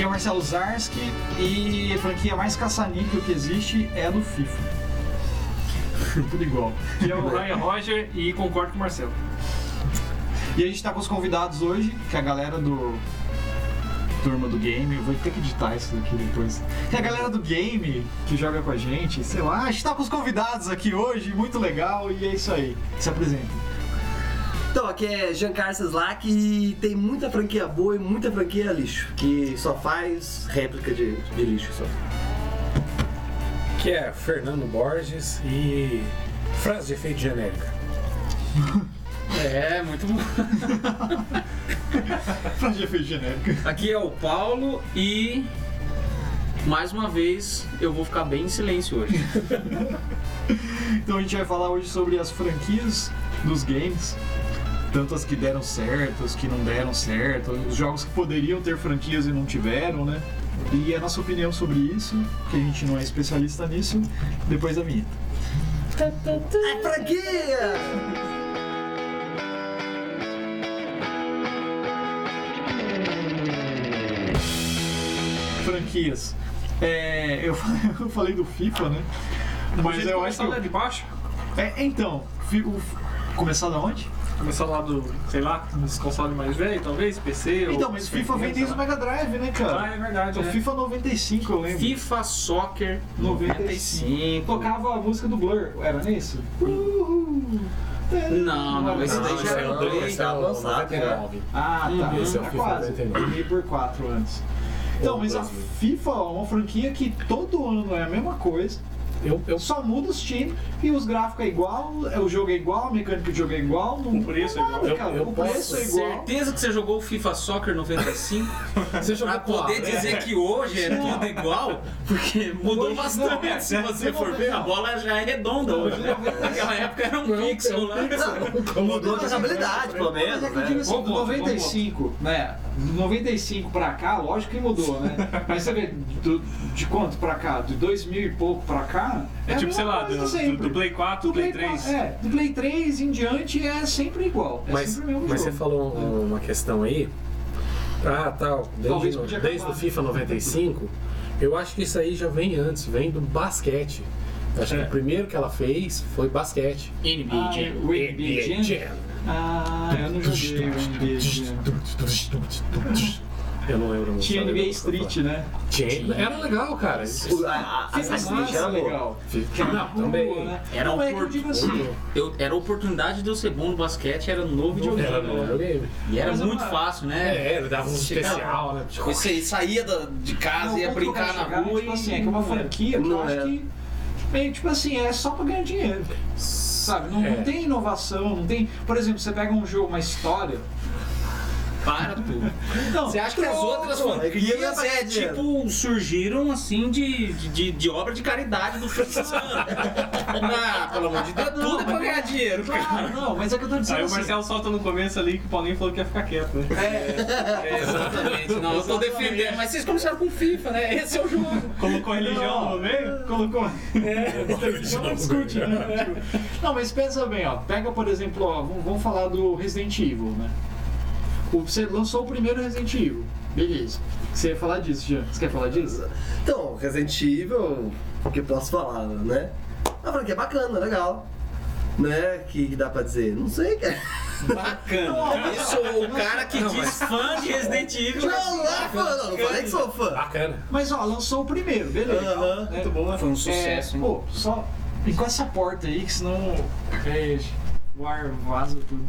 é Marcelo Zarski e a franquia mais caça-níquel que existe é a do FIFA. Tudo igual. Que é o Ryan Roger e concordo com o Marcelo. E a gente tá com os convidados hoje, que é a galera do. Turma do game, eu vou ter que editar isso daqui depois. Que é a galera do game que joga com a gente, sei lá, a gente tá com os convidados aqui hoje, muito legal, e é isso aí. Se apresenta. Então, aqui é Giancarlo Slack e tem muita franquia boa e muita franquia lixo, que só faz réplica de, de lixo só. Que é Fernando Borges e frase de efeito genérica. É, muito bom. Pra de efeito genérico. Aqui é o Paulo e. Mais uma vez, eu vou ficar bem em silêncio hoje. Então a gente vai falar hoje sobre as franquias dos games. Tanto as que deram certo, as que não deram certo, os jogos que poderiam ter franquias e não tiveram, né? E a nossa opinião sobre isso, que a gente não é especialista nisso, depois da vinheta. É franquia! Franquias. É, eu, eu falei do FIFA, né? Mas eu acho que. de baixo? É, então, fi- o- começar da onde? Começar lá do, sei lá, dos consoles mais velhos, talvez, PC Então, mas o FIFA vem desde o Mega Drive, né, cara? Ah, é verdade. O né? FIFA 95, eu lembro. FIFA Soccer 95. 95. Tocava a música do Blur, era nisso? Não, não, esse daí já era é o o dois, esse é o tá avançado, 99. Ah, tá. Uhum. Esse Esse é o FIFA quase. 99. Joguei por 4 anos. Então, Ou mas a 2000. FIFA é uma franquia que todo ano é a mesma coisa, Eu, eu só muda os times e os gráficos é igual, é, o jogo é igual, a mecânica do jogo é igual, não o preço é nada, igual. cara. Eu- eu o preço é igual. Certeza que você jogou o FIFA Soccer 95 Você jogou pra poder né? qual? dizer que hoje é tudo igual, porque mudou Hoje não, bastante. é. Se você for ver, a bola já é redonda hoje. né? Naquela época era um pixel lá. Não, mudou a né? jogabilidade, pelo Mas é menos, que eu né? digo assim, Bom do ponto, bom 95, né? Do 95 pra cá, lógico que mudou, né? Mas você vê, do- de quanto pra cá? De 2000 e pouco pra cá? É a tipo, mesma sei lá, do, coisa do- sempre. do Play 4, Do do Play Play 3. 4, É, do Play 3 em diante é sempre igual. É Mas, sempre o mesmo mas você jogo. falou um- uma questão aí. Ah, tal. Talvez Desde, no- podia desde acabar. o FIFA 95, eu acho que isso aí já vem antes, vem do basquete. Eu acho É. que o primeiro que ela fez foi basquete. Ah, NBA. é, o NBA Jam? Ah, eu não joguei o NBA Jam. Eu não lembro muito. Tinha NBA Street, né? Tinha. Era legal, cara. O- a- a- a- Fiz a Street massa, era boa. legal. Que era Não, boa, também. né? Era Não um é que eu digo assim. Eu, era a oportunidade de eu ser bom no basquete, era novo Era videogame. no videogame. E era Mas é muito uma- fácil, né? É, ele dava um Chegava- especial, né? Tipo, Você saía da- de casa, Não, o ia ponto que eu quero brincar na chegar é, rua tipo e... assim, é que é uma franquia que eu Não acho é. que meio tipo assim, é só pra ganhar dinheiro. Sabe, não, não É. tem inovação, não tem. Por exemplo, você pega um jogo, uma história. Para tudo. Não, Você acha que as Pronto, outras é que ia franquias dar é dinheiro. tipo, surgiram assim de, de, de obra de caridade do Franciscano? ah, pelo amor de Deus, tudo é pra ganhar dinheiro, cara. claro, não, mas é que eu tô dizendo Aí o assim. Marcelo solta no começo ali que o Paulinho falou que ia ficar quieto, né? É, exatamente, não, eu tô defendendo, mas vocês começaram com FIFA, né? Esse é o jogo. Colocou religião Não. no meio? é um Colocou. É, Então, não discute, né? Tipo, Não, mas pensa bem, ó. Pega, por exemplo, ó, vamos, vamos falar do Resident Evil, né? O- Você lançou o primeiro Resident Evil. Beleza. Você ia falar disso, Jean. Você quer falar disso? Então, Resident Evil, o que posso falar, né? A franquia é bacana, legal. Né? Que, que dá pra dizer? Não sei, cara. Bacana. Eu sou o cara que diz fã de Resident Evil. Não, não é fã, não. Não falei que sou fã. Bacana. Mas ó, lançou o primeiro, beleza. Né? Aham, então Muito bom. Foi um sucesso, hein? É, Pô, só. E com essa porta aí, que senão. É, o ar vaza tudo.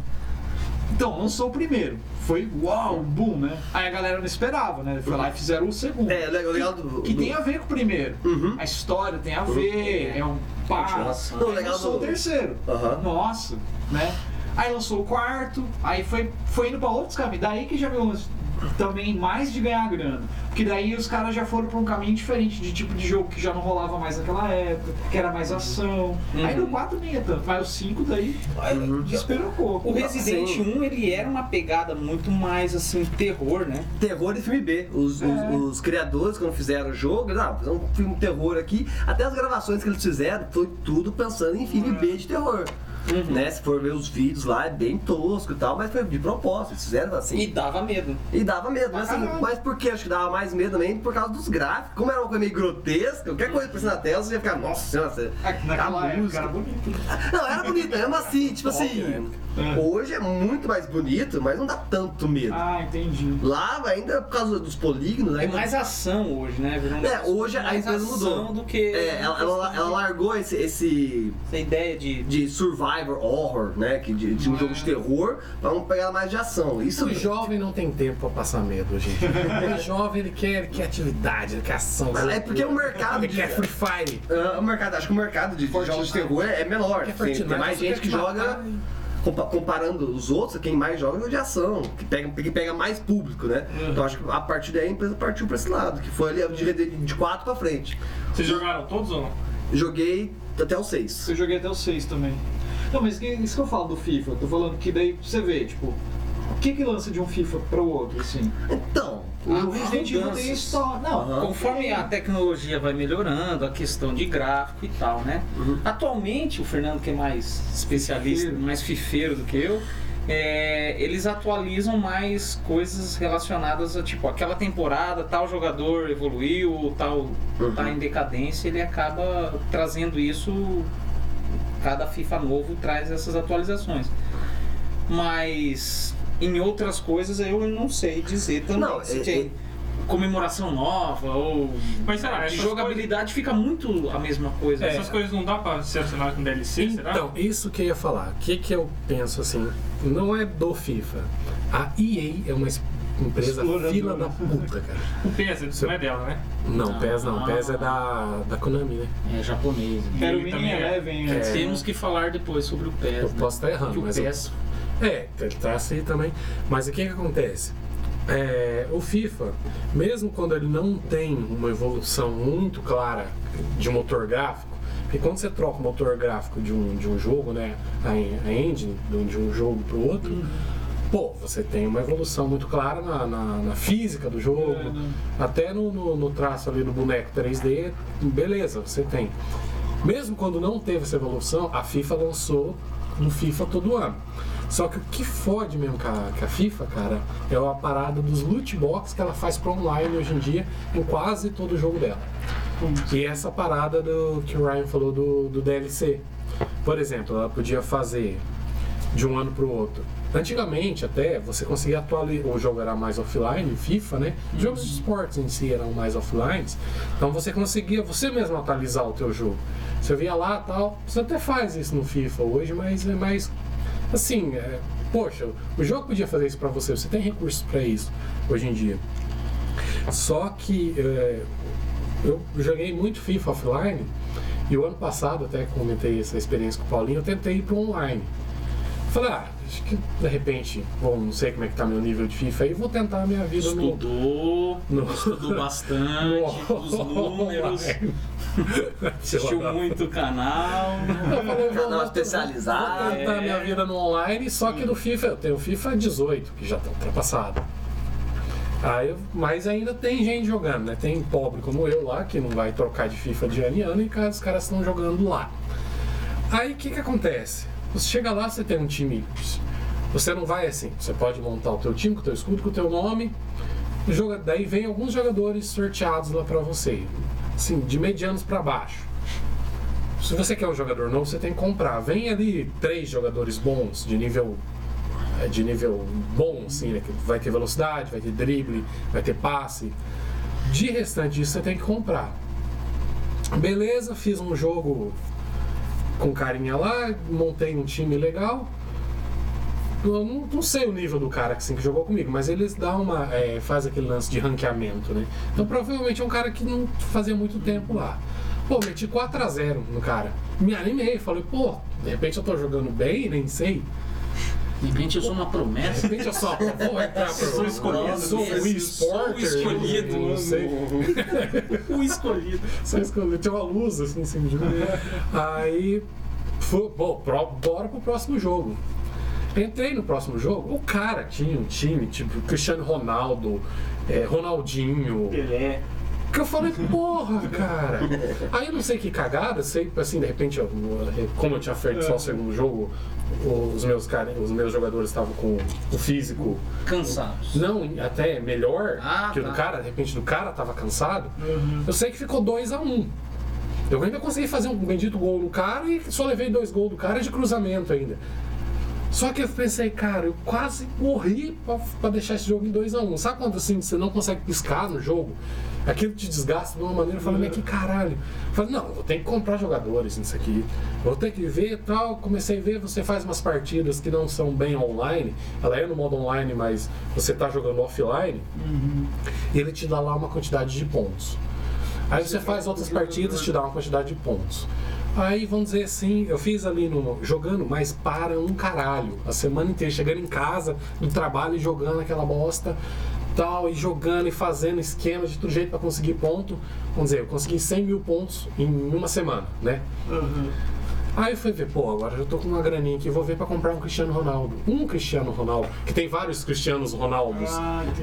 Então, lançou o primeiro. Foi uau, boom, né? Aí a galera não esperava, né? Foi lá e fizeram o segundo. É, legal, legal do. que do- tem a ver com o primeiro. Uhum. A história tem a ver, é um ah, par. Continuação. Não, Aí legal lançou o do. terceiro. Aham. Nossa, né? Aí lançou o quarto, aí foi, foi indo pra outros caminhos. Daí que já veio um- também mais de ganhar grana. Porque daí os caras já foram pra um caminho diferente de tipo de jogo que já não rolava mais naquela época, que era mais ação. Aí no 4 nem é tanto, mas o 5 daí Uhum. um desperocou. O Resident Sim. 1, ele era uma pegada muito mais, assim, terror, né? Terror e filme B. Os, os- É. os criadores, quando fizeram o jogo, não, fizeram um filme terror aqui. Até as gravações que eles fizeram, foi tudo pensando em filme B de terror. Uhum. né? Se for ver os vídeos lá, é bem tosco e tal, mas foi de propósito, eles fizeram assim. E dava medo. E dava medo, mas, assim, caralho. mas por que acho que dava mais medo também? Por causa dos gráficos. Como era uma coisa meio grotesca, qualquer coisa que aparecia na tela, você ia ficar, nossa senhora, você- Naquela a época música. era bonito. Não, era bonito, mesmo assim, tipo assim. Hoje é muito mais bonito, mas não dá tanto medo. Ah, entendi. Lá ainda por causa dos polígonos, né? É ainda- mais ação hoje, né? Virou um É, hoje a mais empresa ação mudou. do que É, ela, ela- ela largou esse, esse essa ideia de de survivor horror, né? Que de, de um jogo de terror, pra um pegar mais de ação. Isso O jovem não tem tempo pra passar medo hoje. em dia. O jovem ele quer, ele quer atividade, ele quer ação. Mas é porque o mercado Ele de- quer Free Fire. Ah, o mercado, acho que o mercado de, de jogos de terror é, é menor. Quer Tem, tem Fortnite, mais você gente quer que te joga. matar. compa- Comparando os outros, quem mais joga é o de ação, que pega, que pega mais público, né? Então acho que a partir daí a empresa partiu pra esse lado, que foi ali de, de, de 4 pra frente. Vocês jogaram todos ou não? Joguei até o 6. Eu joguei até o 6 também. Não, mas que- isso que eu falo do FIFA, eu tô falando que daí você vê, tipo, o que que lança de um FIFA pro outro, assim? Então, O Resident Evil tem mudanças. isso só. Não, Aham. Conforme a tecnologia vai melhorando, a questão de gráfico e tal, né? Uhum. Atualmente, o Fernando, que é mais especialista, Fifeiro. mais fifeiro do que eu, é, eles atualizam mais coisas relacionadas a tipo, aquela temporada, tal jogador evoluiu, tal Uhum. tá em decadência, ele acaba trazendo isso. Cada FIFA novo traz essas atualizações. Mas em outras coisas eu não sei dizer também. Não, se é- tem é- comemoração nova ou Mas será? de Essas É. jogabilidade fica muito a mesma É. coisa. Essas coisas não dá pra se assinar com DLC, será? Então, isso que eu ia falar. O que, que eu penso assim? Não é do FIFA. A EA é uma es- empresa Exploradora. fila da puta, cara. O PES não é dela, né? Não, PES não. PES é da, da Konami, né? É japonês. né? era o ele Mini também é. Eleven, né? Temos que falar depois sobre o PES. Eu né? posso estar Que errando, o mas. eu- PES É, ele tá assim também. Mas o que que acontece? É, o FIFA, mesmo quando ele não tem uma evolução muito clara de motor gráfico, porque quando você troca o motor gráfico de um, de um jogo, né, a, en- a engine do- de um jogo para o outro, Uhum. pô, você tem uma evolução muito clara na, na- na física do jogo, até no, no- no traço ali do boneco 3D, beleza, você tem. Mesmo quando não teve essa evolução, a FIFA lançou um FIFA todo ano. Só que o que fode mesmo com a, com a FIFA, cara, é a parada dos loot box que ela faz para online hoje em dia em quase todo o jogo dela. E essa parada do que o Ryan falou do, do DLC. Por exemplo, ela podia fazer de um ano para o outro. Antigamente, até, você conseguia atualizar. O jogo era mais offline, FIFA, né? Jogos de esportes em si eram mais offline. Então você conseguia você mesmo atualizar o teu jogo. Você via lá tal. Você até faz isso no FIFA hoje, mas é mais. Assim, é, poxa, o jogo podia fazer isso para você. Você tem recursos para isso hoje em dia. Só que é, eu joguei muito FIFA offline e o ano passado, até comentei essa experiência com o Paulinho, eu tentei ir para online. Falei, ah, acho que de repente, bom, não sei como é que tá meu nível de FIFA aí, vou tentar a minha vida no, estudou, no- estudou bastante, os números, assistiu muito o canal. Eu falei, vou- Canal vou- especializado. É. Vou tentar minha vida no online, só que do FIFA, eu tenho o FIFA 18, que já tá ultrapassado. Aí, eu- mas ainda tem gente jogando, né? Tem pobre como eu lá, que não vai trocar de FIFA de ano em ano, e cara, os caras estão jogando lá. Aí o que, que acontece? Você chega lá, você tem um time. Você não vai assim, você pode montar o teu time com o teu escudo, com o teu nome. Joga, daí vem alguns jogadores sorteados lá pra você, assim, de medianos pra baixo. Se você quer um jogador novo, você tem que comprar. Vem ali três jogadores bons, de nível eh, de nível bom, assim, né? que Vai ter velocidade, vai ter drible, vai ter passe. De restante disso, você tem que comprar. Beleza, fiz um jogo com carinha lá, montei um time legal. Eu não, não sei o nível do cara assim, que jogou comigo, mas eles dão uma. eh, faz aquele lance de ranqueamento, né? Então provavelmente é um cara que não fazia muito tempo lá. Pô, meti 4x0 no cara. Me animei, falei, pô, de repente eu tô jogando bem, nem sei. De repente eu sou uma promessa. De repente eu só vou entrar pro. Sou escolhido. Sou um o esporte. escolhido, Não né? sei. O escolhido. Só escolher, tinha uma luz assim em cima de mim. Aí, fu- bom, pro- bora pro próximo jogo. Entrei no próximo jogo, o cara tinha um time, tipo Cristiano Ronaldo, eh, é, Ronaldinho, Pelé. Que eu falei, porra, cara. Aí eu não sei que cagada, sei, assim, de repente, eu- como eu tinha feito só o segundo jogo, os meus, cara, os meus jogadores estavam com o físico Cansados. não, até melhor Ah, que o tá. Uhum. do cara, de repente do cara tava cansado. Eu sei que ficou 2 a 1 um. Eu ainda consegui fazer um bendito gol no cara e só levei dois gols do cara de cruzamento ainda. Só que eu pensei, cara, eu quase morri pra, pra deixar esse jogo em 2 a 1 um. Sabe quando assim você não consegue piscar no jogo? Aquilo te desgasta de uma maneira, eu falei, mas que caralho. Eu falei, não, vou ter que comprar jogadores nisso aqui. Vou ter que ver e tal. Comecei a ver, você faz umas partidas que não são bem online. Ela é no modo online, mas você tá jogando offline. E ele te dá lá uma quantidade de pontos. Aí você faz outras partidas, te dá uma quantidade de pontos. Aí vamos dizer assim, eu fiz ali no jogando, mas para um caralho, a semana inteira chegando em casa, do trabalho e jogando aquela bosta, tal e jogando e fazendo esquema de todo jeito para conseguir ponto. Vamos dizer, eu consegui 100 mil pontos em uma semana, né? Aí eu fui ver, pô, agora eu tô com uma graninha aqui, vou ver pra comprar um Cristiano Ronaldo. Um Cristiano Ronaldo, que tem vários Cristianos Ronaldos,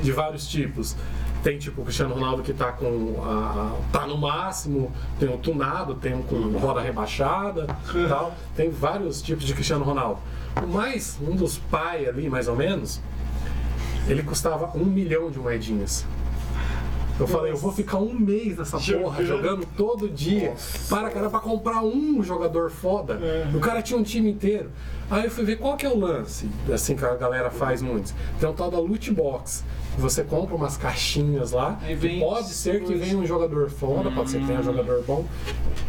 de vários tipos. Tem tipo o Cristiano Ronaldo que tá com. A, tá no máximo, tem um tunado, tem um com roda rebaixada tal. Tem vários tipos de Cristiano Ronaldo. O mais, um dos pai ali, mais ou menos, ele custava um milhão de moedinhas. Eu falei, eu vou ficar um mês nessa porra, jogando todo dia. Para, cara, pra comprar um jogador foda. O cara tinha um time inteiro. Aí eu fui ver qual que é o lance, assim, que a galera faz muito. Tem um tal da loot box. Você compra umas caixinhas lá. Aí que vem pode ser que coisa. venha um jogador foda, pode ser que tenha um jogador bom.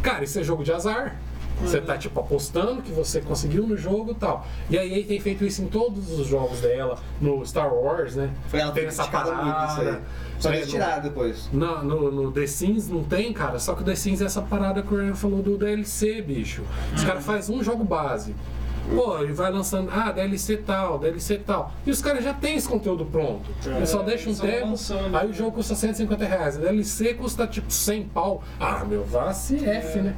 Cara, isso é jogo de azar. Você tá tipo apostando que você conseguiu no jogo e tal. E aí EA tem feito isso em todos os jogos dela, no Star Wars, né? Foi ela tem que essa criticada parada. muito isso aí. Só que Tem eles no- tiraram depois. na- no, no The Sims não tem, cara. Só que o The Sims é essa parada que o Ryan falou do DLC, bicho. Os caras fazem um jogo base. Pô, ele vai lançando, ah, DLC tal, DLC tal. E os caras já têm esse conteúdo pronto. Eles só deixam um É, só tempo, lançando, aí né? o jogo custa 150 reais. A DLC custa tipo 100 pau. Ah, meu, vá se F, né?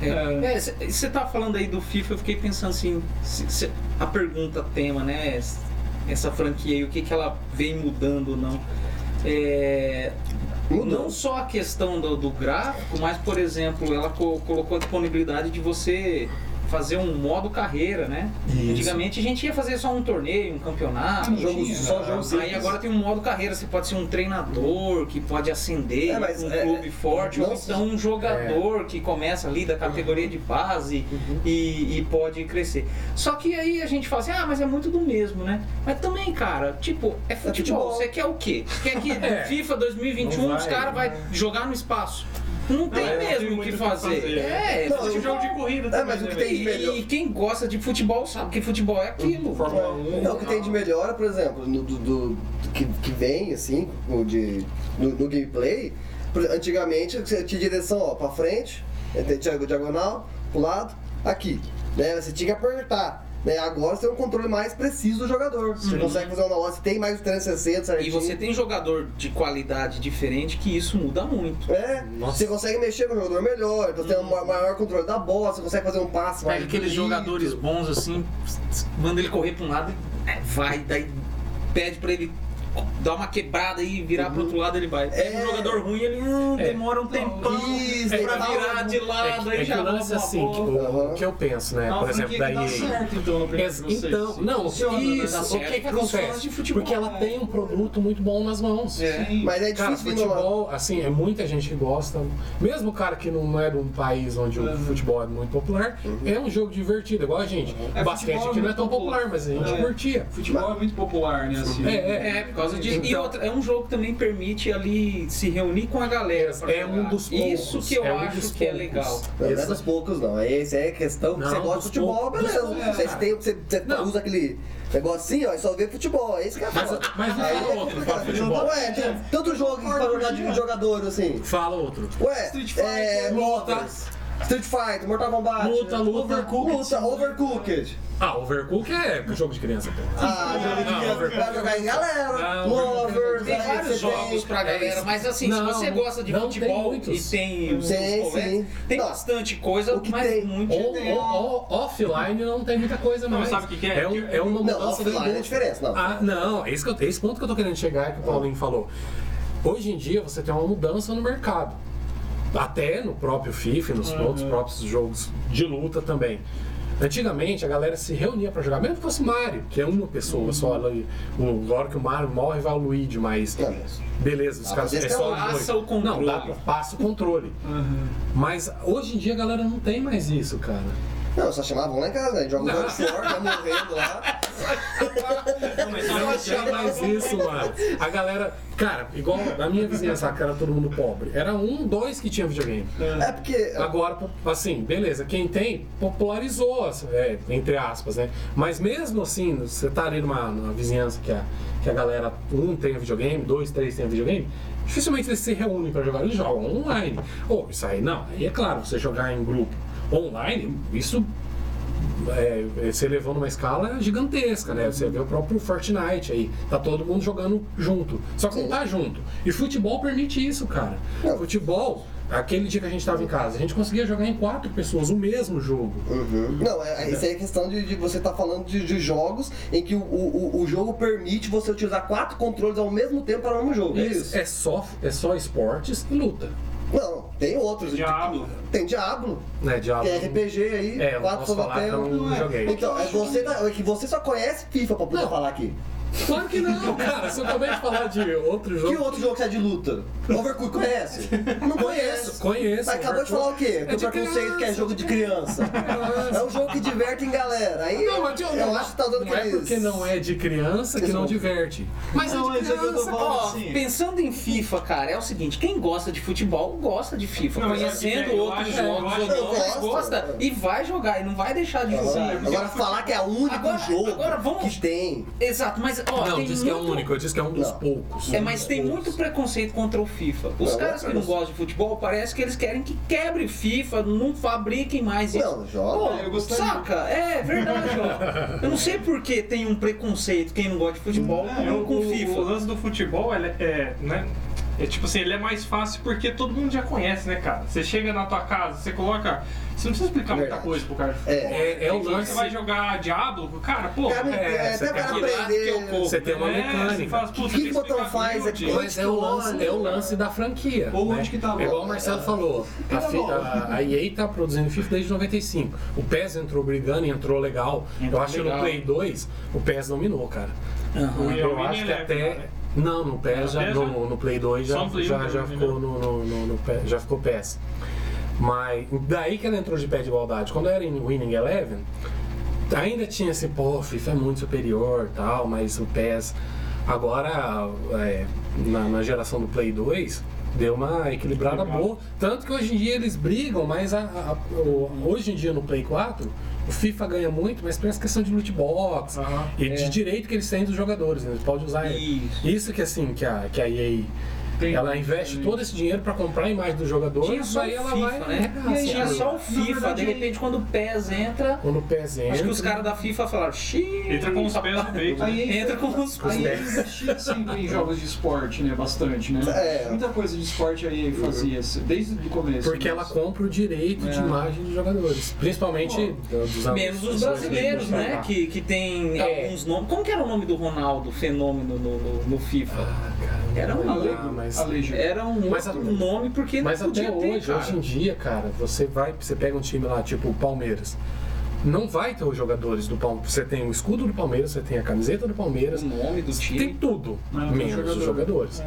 É, você tá falando aí do FIFA, eu fiquei pensando assim, se- se- a pergunta tema, né? es- Essa franquia aí, o que, que ela vem mudando ou não. É, Mudou. Não só a questão do, do gráfico, mas, por exemplo, ela co- colocou a disponibilidade de você fazer um modo carreira, né? Isso. Antigamente a gente ia fazer só um torneio, um campeonato. Ah, um jogo- tinha, só jogo Aí simples. agora tem um modo carreira, você pode ser um treinador que pode ascender É, mas um é- clube forte, ou não- então um jogador que começa ali da categoria de base e, e pode crescer. Só que aí a gente fala assim, ah, mas é muito do mesmo, né? Mas também, cara, tipo, é futebol. futebol. Você quer o quê? Você quer que É. FIFA 2021 Não os vai, caras vão jogar no espaço? Não tem é, não tem mesmo o que muito o que fazer. fazer. É, Não, É um jogo de corrida É, também, mas o né, que velho? tem de melhor. e, e quem gosta de futebol sabe que futebol é aquilo. Fórmula 1. Não, o que tem de melhora, por exemplo, no, do, do- que, que vem, assim, o de, no, no gameplay, por- antigamente você tinha direção, ó, pra frente, eh, tinha diagonal, pro lado, aqui. Né? Você tinha que apertar. Né? Agora você tem um controle mais preciso do jogador. Você consegue fazer um negócio, você tem mais 360, Uhum. E certinho. você tem jogador de qualidade diferente que isso muda muito. É, Nossa. você consegue mexer com o jogador melhor, então você tem um ma- maior controle da bola, você consegue fazer um passe mais Uhum. Pega aqueles bonito. jogadores bons assim, manda ele correr pra um lado, é, vai, daí pede pra ele dar uma quebrada e virar pro outro lado, ele vai. Pega É. um jogador ruim, ele hum, demora um tempão é Isso, pra tem que virar dar um- de Ah, lado, é que, aí é que já o lance lança assim, que o, o que eu penso, né? Uma Por exemplo, franquia da que dá EA. certo, então, no Ex- primeiro Então, não, Funciona, né? Dá isso, o certo que, que para os fãs acontece? de futebol, Porque ela né? tem um produto muito bom nas mãos. Mas é Cara, difícil de inovar. futebol, assim, é muita gente que gosta. Mesmo o cara que não é de um país onde Uhum. o futebol é muito popular, é um jogo divertido, igual a gente. É, Basquete futebol aqui é não é muito tão popular, popular. mas a gente É. curtia. Futebol é muito popular, né? Assim. É, É, por causa disso. e Então- outra, é um jogo que também permite ali se reunir com a galera. pra É um jogar. dos Isso poucos, que eu é um dos acho que é poucos. legal. Não, não é Essa- dos poucos, não. Aí Essa é a questão que Não, você gosta dos de futebol, poucos. beleza. Dos poucos, Você, tem, você, você Não. usa aquele negocinho, ó, e só vê futebol. É isso que é Mas- foda. mas não Aí é fala outro, complicado. fala futebol. Ué, tem tanto jogo que pra jogar de jogador, assim. Fala outro. Ué, Street é, Fighter, luta. luta. Street Fighter, Mortal Kombat. Luta, luta. Overcooked. Luta, Overcooked. Ah, Overcook é jogo de criança, pô. Ah, jogo de criança. Vai jogar em galera. Ah, Lovers. Tem aí vários É, você tem- é jogos pra galera, mas assim, É Não, se você gosta de não tem futebol e muitos. tem os seus Sim, colegas, sim. tem Não, bastante coisa, o que mas tem- muito. O- o- o- offline não tem muita coisa Não, mais. sabe o que que é? É, um- é uma Não, mudança do offline é mundo. diferente, não. Ah, não, é esse, que eu- esse ponto que eu tô querendo chegar é que o Paulinho falou. Hoje em dia você tem uma mudança no mercado. Até no próprio FIFA, e nos outros próprios jogos de luta também. Antigamente a galera se reunia pra jogar, mesmo que fosse Mario, que é uma pessoa Uhum. só. ela- o- Agora que o Mario morre, vai o Luigi, mas. Não, mas- Beleza, os Ah, caras mas é esse só é o- os dois. passa o controle. Não, dá pra, passa o controle. Mas hoje em dia a galera não tem mais isso, cara. Não, só chamavam lá em casa, né? Joga o God of War, tá morrendo lá. Não tinha mais isso, mano. A galera. Cara, igual na minha vizinhança, cara, todo mundo pobre. Era um, dois que tinha videogame. É porque. Agora, po- assim, beleza, quem tem popularizou, assim, é, entre aspas, né? Mas mesmo assim, você tá ali numa, numa vizinhança que a, que a galera, um tem videogame, dois, três tem videogame, dificilmente eles se reúnem pra jogar, eles jogam online. Ou isso aí, não, aí é claro, você jogar em grupo online, isso é, se elevou numa escala gigantesca, né? Você vê o próprio Fortnite aí, tá todo mundo jogando junto. Só que não tá junto. E futebol permite isso, cara. Futebol, aquele dia que a gente tava em casa, a gente conseguia jogar em quatro pessoas o mesmo jogo. Uhum. Não, é, é- isso aí é questão de, de você estar falando de, de jogos em que o, o, o- o jogo permite você utilizar quatro controles ao mesmo tempo para o mesmo jogo. É isso. É só, é só esportes e luta. Não, tem outros. Diablo. Tem Diablo. Né, diabo. Tem RPG aí, É, eu não quatro posso falar que soldateiros. eu não joguei. Então, é você, tá- é que você só conhece FIFA pra poder Não. falar aqui. Claro que não, cara. Se eu acabei de falar de outro Que jogo. outro jogo que é de luta? Overcooked conhece? Não conhece. Conheço. Mas acabou de falar o quê? É Que o de preconceito que é criança, jogo de criança. criança. É um jogo que diverte em galera. Aí Não, mas eu, eu acho que tá dando não é aqueles- porque não é de criança que não diverte. Mas Não, é de mas é que eu tô criança, falando pô. assim. Pensando em FIFA, cara, é o seguinte, quem gosta de futebol, gosta de FIFA. Não, mas sabe que Conhecendo eu outros acho- jogos, eu acho- jogando, eu gosto, gosta é. e vai jogar, e não vai deixar é de jogar. Agora falar que é o único Agora- jogo agora vamos- que tem. Exato, mas ó, Não, tem diz muito... que é o único, eu disse que é um dos Não. poucos. É, mas tem muito preconceito contra o FIFA. Os Não, caras que não mas- gostam de futebol, parece que eles querem que quebre FIFA, não fabriquem mais isso. Não, joga. Pô, eu gostaria. saca? É verdade, ó. Eu não sei por que tem um preconceito quem não gosta de futebol É, Eu, com o, o FIFA. lance do futebol ele é, né? É tipo assim, ele é mais fácil porque todo mundo já conhece, né, cara? Você chega na tua casa, você coloca. Você não precisa explicar muita Verdade. coisa pro cara. É. É, é o Você lance. vai jogar Diablo? Cara, pô. Cara, é, é, você até quer para que lado que eu corro? aprender. Você tem uma É, mecânica. você faz, pô, O você que tem que o botão explicar faz build. aqui? Mas é o lance, é o lance da franquia. Ou né? onde que tá a bola? É igual o Marcelo falou. A, fi- a- a EA tá produzindo FIFA desde 95. O PES entrou brigando e entrou legal. Eu acho que no legal. Play 2 o PES dominou, cara. Aham. E Eu o acho que Winnie Eleven, até. né? Não, no PES, já, PES no, no Play 2 Só já, no Play já, 1, já né? ficou no, no, no- no PES, já ficou PES. Mas daí que ela entrou de pé de igualdade. Quando eu era em Winning Eleven, ainda tinha esse, pô, FIFA é muito superior tal, mas o PES. Agora, é, na, na geração do Play 2, deu uma equilibrada boa. Tanto que hoje em dia eles brigam, mas a- a- o- hoje em dia no Play 4, o FIFA ganha muito, mas por essa questão de loot box Aham. e de direito que eles têm dos jogadores, né? Eles podem usar. Isso. Isso que assim, que a, que a EA. ela investe É. todo esse dinheiro pra comprar a imagem do jogador Tinha isso só o aí ela FIFA, vai. né? arregaça, Tinha cara. só o FIFA. verdade, de repente, quando o PES entra, Quando o PES acho que entra- os caras da FIFA falaram, xiii. Entra com os pés no peito. Aí Entra com os Aí pés. eles investiam sempre em jogos de esporte, né? Bastante, né? É. Muita coisa de esporte aí fazia, desde o começo. Porque né? ela compra o direito de É. imagem dos jogadores. Principalmente dos Menos os dos brasileiros, brasileiros, né? Que, que tem É. alguns nomes. Como que era o nome do Ronaldo, fenômeno no, no, no FIFA? Ah, cara, Era um- Alego, Ah, mas- Alego. Era um Mas outro até- nome porque Mas não até podia ter, hoje, cara. hoje em dia, cara, você vai, você pega um time lá, tipo o Palmeiras. Não vai ter os jogadores do Palmeiras. Você tem o escudo do Palmeiras, você tem a camiseta do Palmeiras, O nome do tem time. É, tudo, Não, menos tem os jogadores.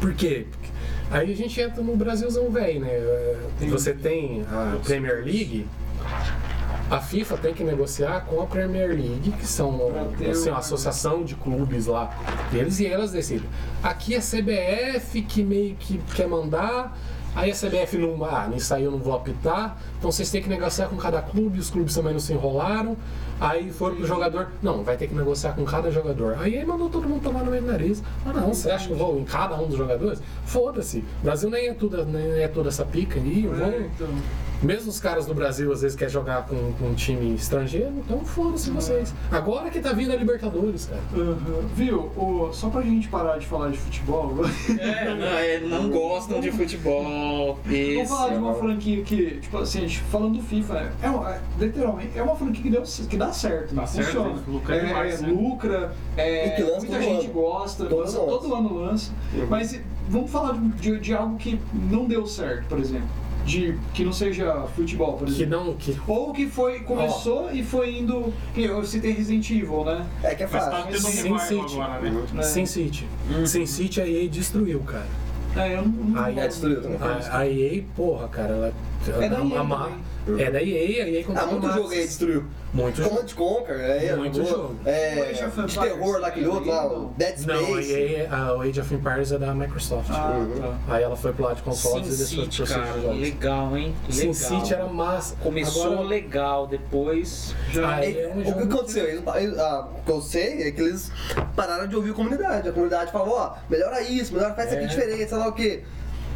Por quê? Porque aí a gente entra no Brasilzão velho, né? É, Você um tem a Premier League, a FIFA tem que negociar com a Premier League, que são Pra ter assim, o- uma associação de clubes lá deles, e elas decidem. Aqui é CBF que meio que quer mandar. Aí a CBF não, ah, nisso aí eu não vou apitar, então vocês têm que negociar com cada clube, os clubes também não se enrolaram, aí foram pro jogador, não, vai ter que negociar com cada jogador. Aí ele mandou todo mundo tomar no meio do nariz. Ah não, você acha que eu vou em cada um dos jogadores? Foda-se, o Brasil nem é, tudo, nem é toda essa pica aí, eu vou É, então. mesmo os caras do Brasil às vezes querem jogar com, com um time estrangeiro, então foda-se vocês. Agora que tá vindo a Libertadores, cara. Aham. Viu? Ô, só pra gente parar de falar de futebol, É, não, é, não gostam de futebol. vamos Isso. falar de uma franquia que, tipo assim, a gente falando do FIFA, né? é, uma- é, literalmente, é uma franquia que, deu, que dá certo, Dá certo, funciona. lucra é, demais, é, né? lucra, é, E que lança muita todo gente ano. gosta, Todo lança- ano lança. todo ano lança, mas vamos falar de, de- de algo que não deu certo, por exemplo. De, que não seja futebol, por Que exemplo. não. Que, Ou que foi, começou e foi indo. que Eu citei Resident Evil, né? É que é Mas tá fácil. tendo um Sim, revival sim, agora, né? É. Sin City. Sin City a EA destruiu, cara. É, eu não. Ah, Aí- É, destruiu também. A, a EA, porra, cara, ela. É da a- EA a ma- é da EA, a EA Ah, comprou muito Maxis. jogo aí destruiu. Muito jogo. Command Conquer, é, Muito é, jogo. É, Age of de Empires, terror lá, aquele é, outro lá, não. o Dead Space. Não, é a EA, a Age of Empires é da Microsoft. Ah, Uhum. Aí ela foi pro lado de consoles e Sin deixou City, de cara, jogos. legal, hein? Legal. Sin City era massa. Começou Agora, legal, depois já... Aí É, é um o que jogo aconteceu? Eles, eles- ah, o que eu sei é que eles pararam de ouvir a comunidade. A comunidade falou, ó, melhora isso, melhora faz isso aqui É. diferente, sei lá o quê.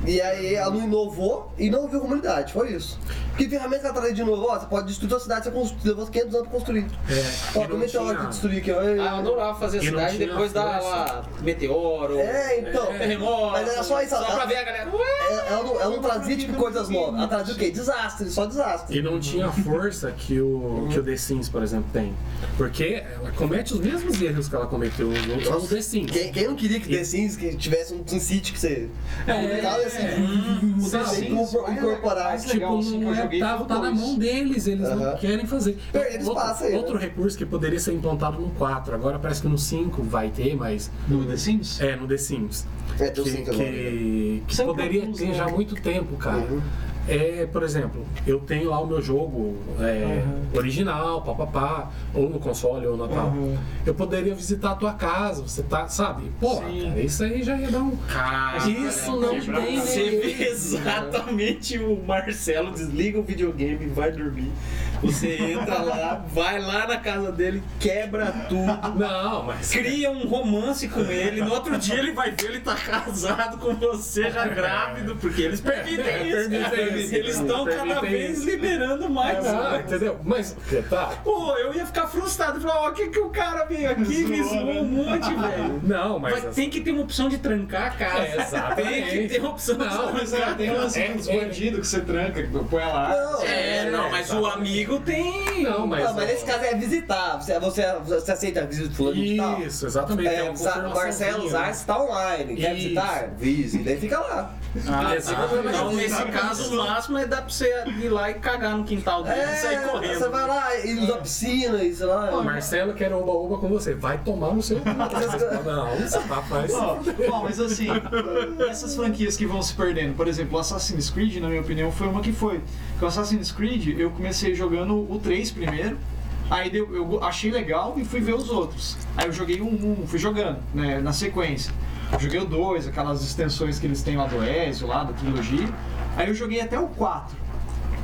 E aí ela não inovou e não ouviu a comunidade, foi isso. Que ferramenta que ela traz de novo? Ó, você pode destruir sua cidade, você constru- levou 500 anos pra construir. É, Ó, e não também tem hora tinha- de destruir aqui, ó. Ah, eu adorava fazer a E não cidade tinha depois da força. lá, meteoro, um É, então. terremoto. Mas era só isso, tá? Só ela- pra ver a galera. Ué! Ela, ela não, ela não trazia tipo coisas novas, ela trazia o quê? Desastre, só desastre. E não tinha a força que o, que o The Sims, por exemplo, tem. Porque ela comete os mesmos erros que ela cometeu nos outros no The Sims. Quem, quem não queria que The Sims que tivesse um Sin City que você. É, Sabe, assim, você sabe? tem como incorporar. Mas- Tipo, legal, assim, que eu não é, joguei tá, foi tá na dois. mão deles, eles não Aham. querem fazer. Perderam outro, espaço é. aí, né? outro recurso que poderia ser implantado no 4, agora parece que no 5 vai ter, mas Do The Sims? é no The Sims. É, tem Que, um Sims agora. que, que Sempre poderia alguns, ter né? já há muito tempo, cara. Uhum. É, por exemplo, eu tenho lá o meu jogo é, original, papapá, ou no console ou na tal. Eu poderia visitar a tua casa, você tá, sabe? Porra, cara, isso aí já ia dar um. Cara, isso não quebrar tem, a né? Você vê exatamente o Marcelo desliga o videogame e vai dormir. Você entra lá, vai lá na casa dele, quebra tudo, Não, mas. cria um romance com ele. No outro dia ele vai ver ele tá casado com você já grávido, porque eles É, permitem isso. permitem cara. isso, né? Eles estão permitem cada vez isso. liberando mais. Ah, cara. entendeu? Mas, tá. Pô, eu ia ficar frustrado. Falar, ó, o que que o cara veio aqui me zoou um monte, velho. Não, mas. Mas Ah, tem que ter uma opção de trancar a casa. É, exatamente. Tem que ter um uma opção de Não, trancar. Mas é, tem um assim, uns bandidos que você tranca, que põe lá. Não, É, não, mas o amigo tem. Não, mas. Não, mas nesse caso é visitar. Você, você, você aceita a visita do fulano de tal? Isso, exatamente. É, tem uma Sa- Marcelo confirmaçãozinha. Arce tá online. Quer Isso. visitar? Vise. Daí fica lá. Ah, exatamente. Então, nesse caso, o máximo é dar pra você ir lá e cagar no quintal dele e sair correndo. É, Você vai lá e É. usa a piscina e sei Ó, lá. Marcelo quer oba-oba com você. Vai tomar no seu. cu. não, tá, esse rapaz. Ó, ó, mas assim, essas franquias que vão se perdendo, por exemplo, o Assassin's Creed, na minha opinião, foi uma que foi. Porque o Assassin's Creed, eu comecei jogando o 3 primeiro, aí deu- eu achei legal e fui ver os outros. Aí eu joguei um, um fui jogando, né, na sequência. Joguei o 2, aquelas extensões que eles têm lá do Ezio, lá da trilogia. Aí eu joguei até o 4.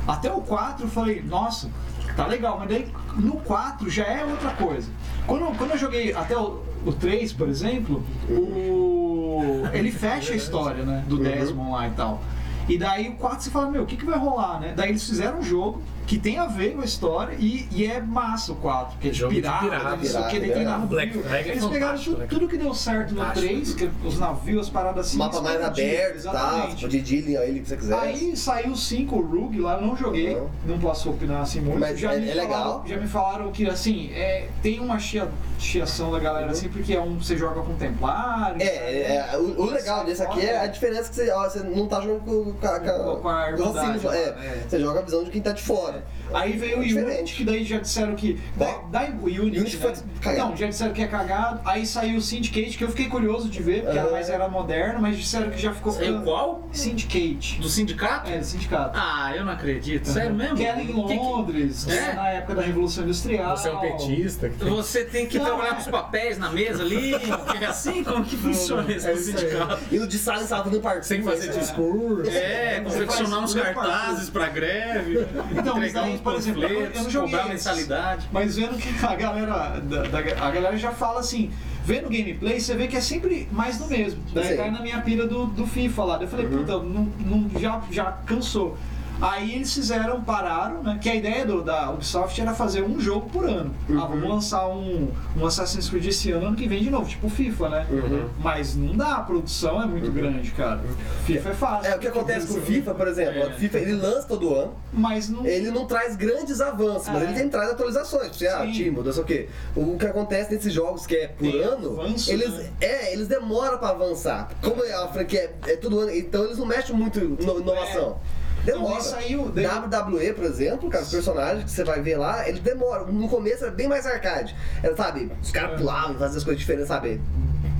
Até o 4 eu falei, nossa, tá legal, mas daí no 4 já é outra coisa. Quando, quando eu joguei até o, o 3, por exemplo, o, ele fecha a história né, Uhum. do Desmond lá e tal. E daí o 4 você fala, meu, o que, que vai rolar, né? Daí eles fizeram um jogo que tem a ver com a história e, e é massa o 4, porque é de Jogo de pirata, pirata, não sei o que, daí pirata, tem é. navio. Black Flag é Eles pegaram fantástico, né? tudo, tudo que deu certo no Fantástico. 3, que é os navios, as paradas assim. Mapa mais escondidas, aberto e tal. exatamente. Tipo, de dealing aí, se você quiser. Aí saiu 5 o Rogue lá, eu não joguei, Uhum. não posso opinar assim muito. Mas é- é legal. Falaram, já me falaram que assim, é, tem uma chia, chiação da galera assim, porque é um você joga com né? templário. Uhum. É, é, o, o legal desse aqui é a diferença que você, ó, você não tá jogando com, com, a- Com- com a com irmandade, Sims, é, né? Você joga a visão de quem tá de fora. Aí veio o Unity, Diferente. que daí já disseram que. Da, Bom, da o Unity. Unity né? foi cagado. Não, já disseram que é cagado. Aí saiu o Syndicate, que eu fiquei curioso de ver, porque Uhum. era, mas era moderno, mas disseram que já ficou. Saiu É qual? Syndicate. Do sindicato? Uhum. É, do sindicato. Ah, eu não acredito. Sério mesmo? Que era em Que que- Londres, É? na época da Revolução Industrial. Você é um petista. que tem- Você tem que Não, trabalhar é. com os papéis na mesa ali? É assim? Como que funciona esse é do isso aí. sindicato? E o de sala em sala no parque. Sem fazer discurso. É, confeccionar uns Você faz- cartazes pra greve, Então, mas entregar daí, uns por exemplo, eu não panfletos, joguei cobrar esses. mensalidade. Mas vendo que a galera, da, da- a galera já fala assim, vendo gameplay, você vê que é sempre mais do mesmo. né? Daí Sim. Uhum. cai na minha pira do, do FIFA lá. Daí Eu falei, puta, não, não- já, já cansou. Aí eles fizeram, pararam, né? Que a ideia do, da Ubisoft era fazer um jogo por ano. Uhum. Ah, vamos lançar um, um Assassin's Creed esse ano, ano que vem de novo, tipo FIFA, né? Uhum. Mas não dá, a produção é muito grande, cara. FIFA é fácil. É, o que acontece com o FIFA, é, por exemplo, É. o FIFA ele lança todo ano, Mas não. ele não traz grandes avanços, mas É. ele tem, traz atualizações, tipo, ah, Sim. time, não sei o quê. O que acontece nesses jogos que é por Tem ano, avanço, eles, né? é, eles demoram pra avançar. Como é a franquia é, é todo ano, então eles não mexem muito na inovação. É. Então, Demora. isso aí, o- WWE, por exemplo, cara, os personagens que você vai ver lá, eles demoram. No começo era bem mais arcade. Era, sabe, os É. caras pulavam, faziam as coisas diferentes, sabe?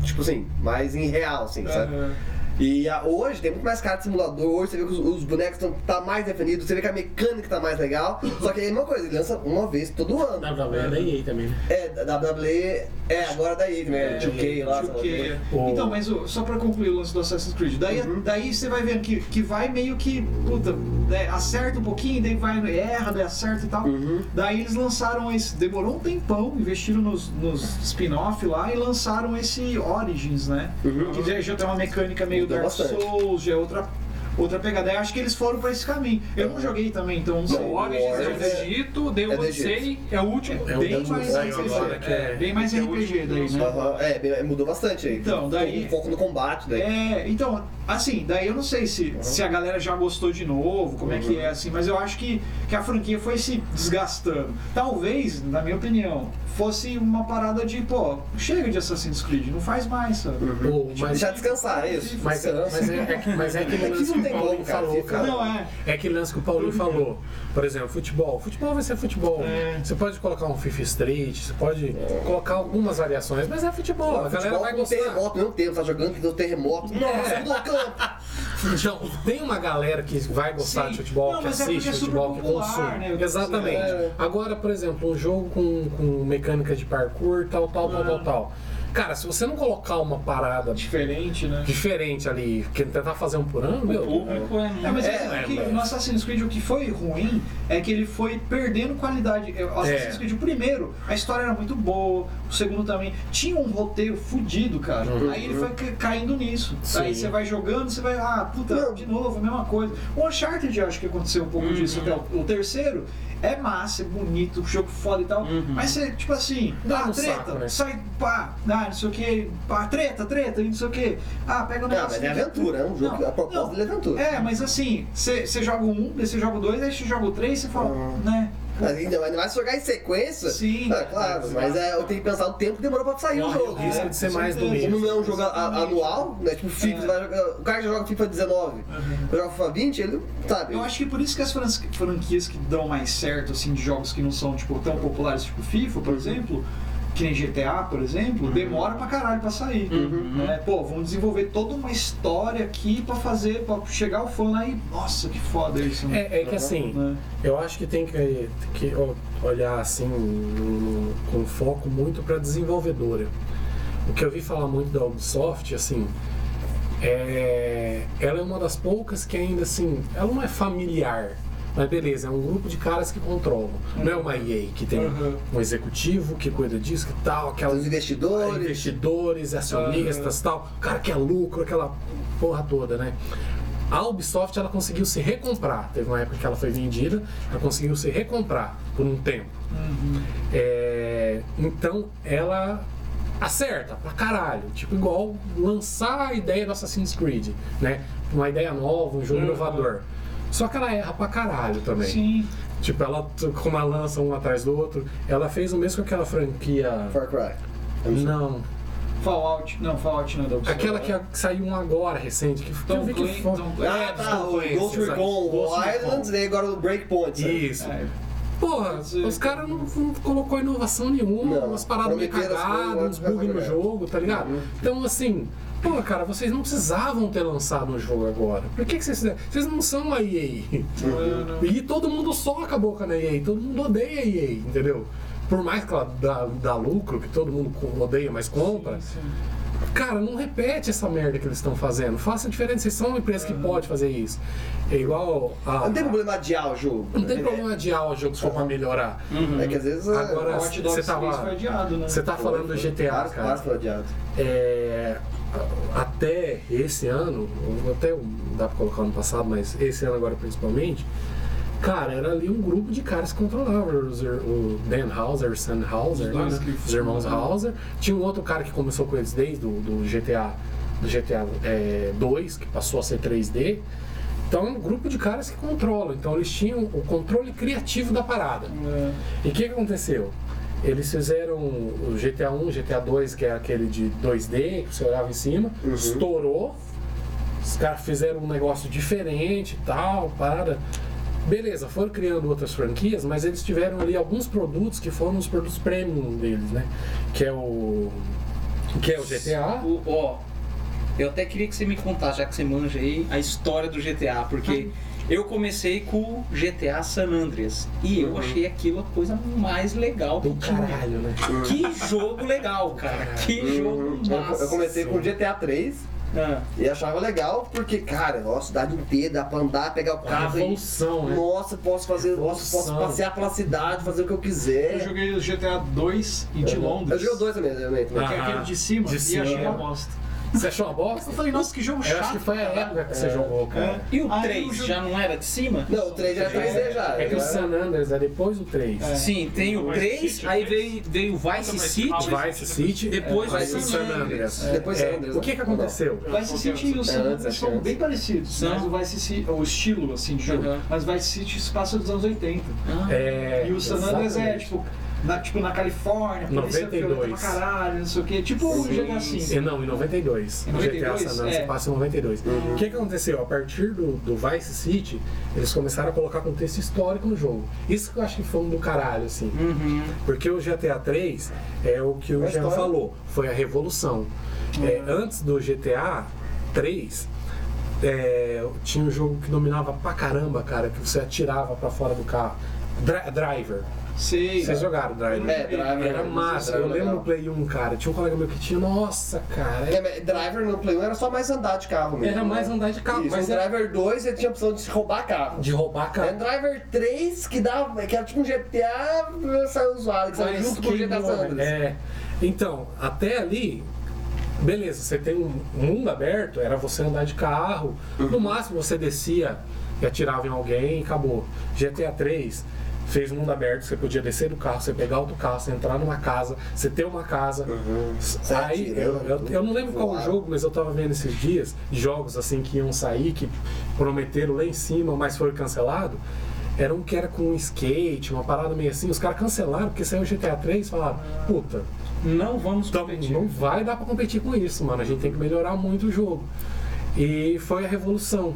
Tipo assim, mais em real, É. assim, sabe? E a- hoje tem muito mais cara de simulador, hoje você vê que os, os bonecos estão tá mais definidos, você vê que a mecânica tá mais legal, só que é a mesma coisa, ele lança uma vez todo ano. WWE é da EA também, né? É, da WWE, é agora daí, né? 2K lá, sabe? né? Porque- O- Então, mas o- só pra concluir o lance do Assassin's Creed, daí, Uhum. daí você vai vendo que, que vai meio que, puta, né, acerta um pouquinho, daí vai, erra, daí acerta e tal. Uhum. Daí eles lançaram esse, demorou um tempão, investiram nos, nos spin-off lá e lançaram esse Origins, né? Uhum. Que já, já tem uma mecânica meio Mudou Dark bastante. Souls, já é outra, outra pegada. Eu acho que eles foram pra esse caminho. Eu não joguei também, então não sei. O Origins é o Origins é- Egito, The é do Odyssey é o último. É o bem Dungeon mais né? Boy RPG, agora, que é- bem mais que é o RPG daí, último né? Aham, É, bem- mudou bastante aí. Então, daí- Com foco no combate daí. É, então, assim, daí eu não sei se, se a galera já gostou de novo, como é que é, assim, mas eu acho que, que a franquia foi se desgastando. Talvez, na minha opinião, fosse uma parada de, pô, chega de Assassin's Creed, não faz mais, sabe? Pô, mas, Deixar descansar, é isso? mas, Descansa. mas é, é, que- mas é aquele Aqui lance não que o tem Paulinho como, cara, falou, fica- cara. Não, é. É aquele lance que o Paulinho falou. Por exemplo, futebol. Futebol vai ser futebol. Você pode colocar um FIFA Street, você pode colocar algumas variações, mas é futebol. a galera Futebol vai com gostar. É. terremoto, mesmo tempo, tá jogando que deu terremoto. Nossa, é mudou o campo. Então, tem uma galera que vai gostar Sim. de futebol, Não, que mas é assiste porque é super futebol, popular, que consome. né? Exatamente. Agora, por exemplo, um jogo com, com mecânica de parkour, tal, tal, tal, Ah. tal, tal. Cara, se você não colocar uma parada Diferente, né? diferente ali, que tentar fazer um por ano, O meu, público é muito. É, mas É, é, que mas- no Assassin's Creed o que foi ruim é que ele foi perdendo qualidade. O Assassin's É. Creed, o primeiro, a história era muito boa, o segundo também. Tinha um roteiro fudido, cara. Uhum. Aí ele foi ca- caindo nisso. Sim. Aí você vai jogando, você vai, ah, puta, de novo, a mesma coisa. O Uncharted, eu acho que aconteceu um pouco Uhum. disso. Até o, o terceiro é massa, é bonito, jogo foda e tal. Uhum. Mas você, tipo assim, Dá ah, no treta, saco, né? sai, pá, ah, não sei o que, pá, treta, treta, e não sei o que. Ah, pega o Não, negócio. mas é aventura, é um jogo. que- a proposta dele é aventura. É, mas assim, você joga um, daí você joga dois, aí você joga o três, você fala, Uhum. né? Mas ainda ainda mais se jogar em sequência. Sim. Ah, claro, mas é, eu tenho que pensar o tempo que demorou pra sair o corre o jogo. risco né? de ser com mais do certeza. mesmo. Como não é um jogo a- a- anual, né? Tipo, FIFA, É. vai jogar- o cara que joga FIFA 19, Uhum. joga FIFA 20, ele sabe. Eu acho que por isso que as fran- franquias que dão mais certo, assim, de jogos que não são, tipo, tão populares, tipo FIFA, Uhum. por exemplo, que nem GTA, por exemplo, demora pra caralho pra sair. Uhum. É, pô, vamos desenvolver toda uma história aqui pra fazer, pra chegar o fã lá e, nossa, que foda isso, né? É, é que assim, Né? eu acho que tem que, que o- olhar assim no- no- com foco muito para desenvolvedora. O que eu vi falar muito da Ubisoft, assim, é, ela é uma das poucas que ainda assim, ela não é familiar. Mas beleza, é um grupo de caras que controlam. Não é uma EA que tem um executivo que cuida disso, que tal, aquela Os investidores. Ah, Ah. investidores, acionistas, tal, o cara que é lucro, aquela porra toda, né? A Ubisoft ela conseguiu se recomprar. Teve uma época que ela foi vendida, ela conseguiu se recomprar por um tempo. Uhum. É, então ela acerta pra caralho. Tipo, igual lançar a ideia do Assassin's Creed, né? Uma ideia nova, um jogo Uhum. inovador. Só que ela erra pra caralho também. Sim. Tipo, ela, t- como ela lança um atrás do outro, ela fez o mesmo com aquela franquia. Far Cry. Não, Fallout. Não, Fallout não é da opção. Aquela que, que saiu um agora recente, que que eu Tom vi que Clancy. foi. Tom Clancy. Ah, tá, o Influências, Ghost sabe? Recon, Ghost o Recon. Islands, e agora o Breakpoint. sabe? Isso. é, É. Porra, Pode ser. os caras não, não colocou inovação nenhuma, Não, umas paradas meio prometeram as coisas, cagadas, uns mas é Uhum. bugs no cagaram. jogo, tá ligado? Então, assim, pô, cara, vocês não precisavam ter lançado um jogo agora. Por que, que vocês fizeram? Vocês não são a EA. E todo mundo soca a boca na EA, todo mundo odeia a EA, entendeu? Por mais que ela dá, dá lucro, que todo mundo co- odeia, mas compra. Cara, não repete essa merda que eles estão fazendo. Faça diferente, vocês são uma empresa que pode fazer isso. É igual a. Não tem problema adiar o jogo. Não tem né? problema adiar o jogo se for pra melhorar. É que às vezes. é, Uhum. Agora, Watch Dogs você 3 foi tava, adiado, né? você tá falando do GTA, Vários- vários cara. foram adiados. É, até esse ano, até o dá pra colocar no passado, mas esse ano agora principalmente, cara, era ali um grupo de caras que controlavam os ir- o Dan Hauser, o Sam Hauser, Os lá, dois né? que- os irmãos Hauser. Tinha um outro cara que começou com eles desde o do GTA, do GTA é, 2, que passou a ser 3D. Então é um grupo de caras que controlam. Então eles tinham o controle criativo da parada. É. E o que que aconteceu? Eles fizeram o GTA 1, GTA 2, que é aquele de 2D, que você olhava em cima, estourou. Os caras fizeram um negócio diferente e tal, parada. Beleza, foram criando outras franquias, mas eles tiveram ali alguns produtos que foram os produtos premium deles, né? Que é o. Que é o GTA. O- ó, eu até queria que você me contasse, já que você manja aí, a história do GTA, porque eu comecei com o GTA San Andreas e eu achei aquilo a coisa mais legal que Do tinha. caralho, né? Que jogo legal, cara. Que Uhum. jogo Eu, massa. eu comecei com GTA 3 Ah, e achava legal, porque, cara, ó, a cidade inteira, dá pra andar, pegar o A carro e. revolução, né? Nossa, posso fazer. Nossa, posso Evolução. passear pela cidade, fazer o que eu Eu quiser. joguei o GTA 2 e de Londres. Eu joguei o 2 também, também. Ah. Que é aquele de cima, De e cima. achei a bosta. Você achou uma bosta? Eu falei, nossa, que jogo chato. Eu acho que foi a cara. É. época que você jogou, cara. E o Aí 3 eu já não era de cima? Não, o 3 já é 3D já. É que o Agora- San Andreas é depois do 3. Sim, tem o Vice 3, City, aí né? veio, veio o Vice Mas- City. Ah, Vice City. Depois é, vai o San San Andreas. Andreas. Depois É, San Andreas, o que que né? Tá aconteceu? O Vice City e o San É, Andreas antes, assim, são antes. bem parecidos, São. mas o Vice City, o estilo assim de jogo, Aham. mas o Vice City se passa dos anos 80. Ah, É, e o San Andreas é exatamente. tipo na, tipo, na Califórnia, polícia violenta pra 92. caralho, não sei o quê, tipo o GTA V. É, não, em 92. Em O GTA 92, San Andreas é. passa em 92. Uhum. O que, que aconteceu? A partir do, do Vice City, eles começaram a colocar contexto histórico no jogo. Isso que eu acho que foi um do caralho, assim. Porque o GTA 3 é o que o É Uhum. a Jean história. Uhum. falou, foi a revolução. É, antes do GTA 3, é, tinha um jogo que dominava pra caramba, cara, que você atirava pra fora do carro. Dri- driver. Sei. Vocês jogaram Driver? É, Driver. Era massa. Eu lembro no Play 1, cara. Tinha um colega meu que tinha. Nossa, cara. É, mas Driver no Play 1 era só mais andar de carro mesmo. né? Era mais andar de carro, Isso, mas no era- Driver 2 ele tinha a opção de se roubar carro. De roubar, É cara. Driver 3 que dava, que era tipo um GTA saiu usuário, que saiu Mas junto com o que GTA San nome- né? Andreas. É. Então, até ali. Beleza, você tem um mundo aberto, era você andar de carro. No máximo você descia e atirava em alguém e acabou. GTA 3 fez um mundo aberto, você podia descer do carro, você pegar outro carro, você entrar numa casa, você ter uma casa. Você Aí, atira, eu, eu- eu não lembro qual o voar. jogo, mas eu tava vendo esses dias jogos assim que iam sair, que prometeram lá em cima, mas foi cancelado. Era um que era com um skate, uma parada meio assim. Os caras cancelaram porque saiu o GTA 3 e falaram: puta, não vamos então, competir. não vai dar pra competir com isso, mano. A gente tem que melhorar muito o jogo. E foi a revolução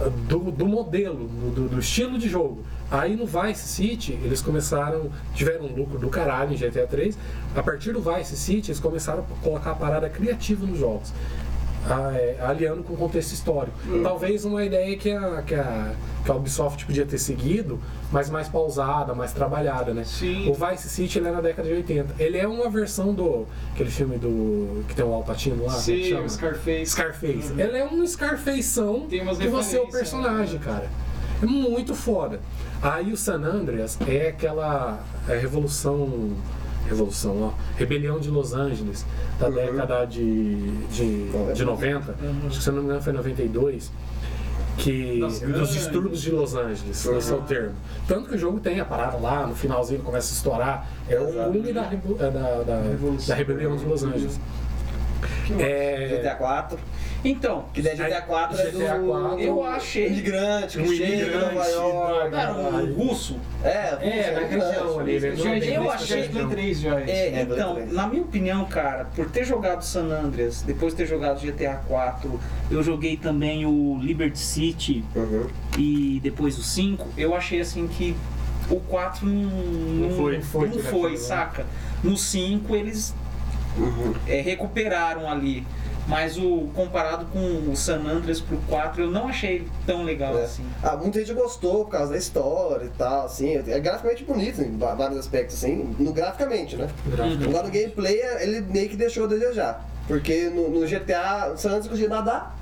ah, do, do modelo, do, do- do estilo de jogo. Aí no Vice City, eles começaram, tiveram um lucro do caralho em GTA 3. A partir do Vice City, eles começaram a colocar a parada criativa nos jogos. ah, é, aliando com o contexto histórico. Hum. Talvez uma ideia que a, que, a, que a Ubisoft podia ter seguido, mas mais pausada, mais trabalhada, né? Sim. O Vice City ele é na década de 80. Ele é uma versão do. aquele filme do. que tem o Al Pacino lá. como é que Sei, chama? o Scarface. Scarface. Ele é um Scarfaceão Uhum. Tem umas que você é o referências, né? personagem, cara. É muito foda. Aí o San Andreas é aquela é, revolução. Revolução, ó. Rebelião de Los Angeles, da década de, de, de 90. Uhum. Acho que se eu não me engano foi 92. Que. um Das dos gangues. distúrbios de Los Angeles, esse é o termo. Tanto que o jogo tem a parada lá, no finalzinho começa a estourar. É o lume da, revo- é, da, da, da Rebelião de Los Angeles. É, GTA 4, Então, que daí GTA 4 é do... GTA IV. eu achei. Imigrante, que Um chega em Nova imigrante, York. Cara, um russo. É, É, na região ali, né? Já, Eu eu achei- achei Play 3 já. É, É, então, dois, três. na minha opinião, cara, por ter jogado San Andreas, depois de ter jogado GTA 4, eu joguei também o Liberty City Uhum. e depois o 5, eu achei assim que o 4 não, não foi, não foi foi, direto, né? saca? No 5 eles é, recuperaram ali. Mas o comparado com o San Andreas pro 4, eu não achei ele tão legal É. assim. Ah, muita gente gostou por causa da história e tal, assim. É graficamente bonito em va- vários aspectos, assim. No graficamente, né? Agora no gameplay ele meio que deixou a desejar. Porque no, no GTA, você antes conseguia nadar,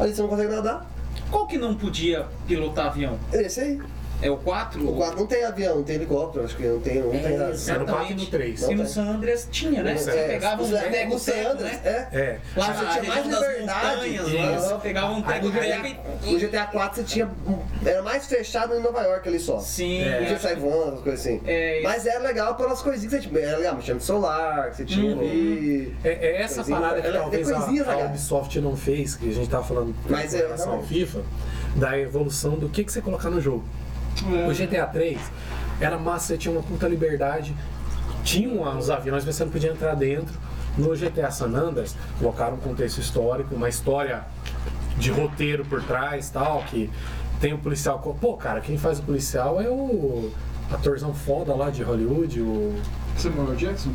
ali você não consegue nadar. Qual que não podia pilotar avião? Esse aí. É o 4? O 4 não tem avião, não tem helicóptero, acho que não tem, não tem nada. Era o 4 no 3. Não E no tem. San Andreas tinha, né? É, Você É, pegava um os- é, prego o San cego, Andreas, né? é. É. Lá você Ah, tinha mais região das liberdade. montanhas lá, Isso. Você pegava um prego No cego GTA, no e... GTA 4 você tinha. um, Era mais fechado em Nova York ali só. Sim. É. Podia sair voando, essas coisas assim. É, Mas era legal pelas coisinhas que você tinha. Era legal, mexendo no celular, que você tinha ali. É, é essa Coisinha, parada que ela- talvez tem coisinhas, a, a cara. Ubisoft não fez, que a gente tava falando Mas em é, relação ao realmente. FIFA, da evolução do que, que você colocar no jogo. O GTA 3 era massa, você tinha uma puta liberdade, tinha uns aviões, mas você não podia entrar dentro. No GTA San Andreas, colocaram um contexto histórico, uma história de roteiro por trás tal, que tem o policial. co- Pô, cara, quem faz o policial é o atorzão foda lá de Hollywood, o. Samuel Jackson?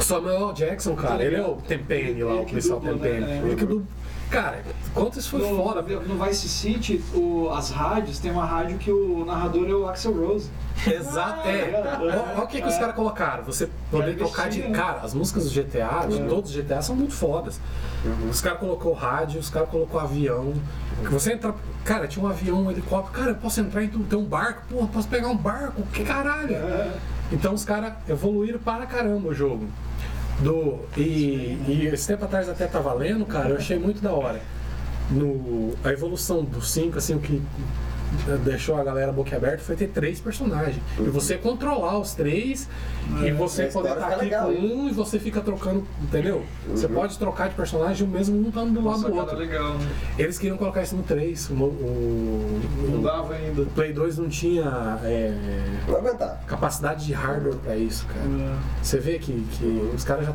Samuel L. Jackson, cara, ele é o Tempene lá, Ele o que policial dubla, Tempene. né? Ele é que dubla. Cara, quanto isso foi no, fora, viu? no Vice City, o- as rádios, tem uma rádio que o narrador é o Axel Rose. Exato, é. Ah, é. Olha o que, que os caras colocaram. Você poder Cara, tocar de. vestir, né? Cara, as músicas do GTA, de todos os GTA, são muito fodas. Os caras colocou rádio, os caras colocou avião. Que Você entra. Cara, tinha um avião, um helicóptero. Cara, eu posso entrar em tudo. Tem um barco, porra, posso pegar um barco. Que caralho. Então os caras evoluíram para caramba o jogo. Do, e, e esse tempo atrás até tá valendo, cara, eu achei muito da hora. No, a evolução do 5, assim, o que deixou a galera boquiaberta foi ter três personagens. E você controlar os três, e você Uhum. a poder história estar fica aqui legal, com hein? Uhum. um e você fica trocando, entendeu? Você pode trocar de personagem, o mesmo um tá do lado do outro. legal, né? Eles queriam colocar isso no 3. O, o- Não dava ainda. o Play 2 não tinha é, Não aguentar. capacidade de hardware pra isso, cara. Você vê que, que os caras já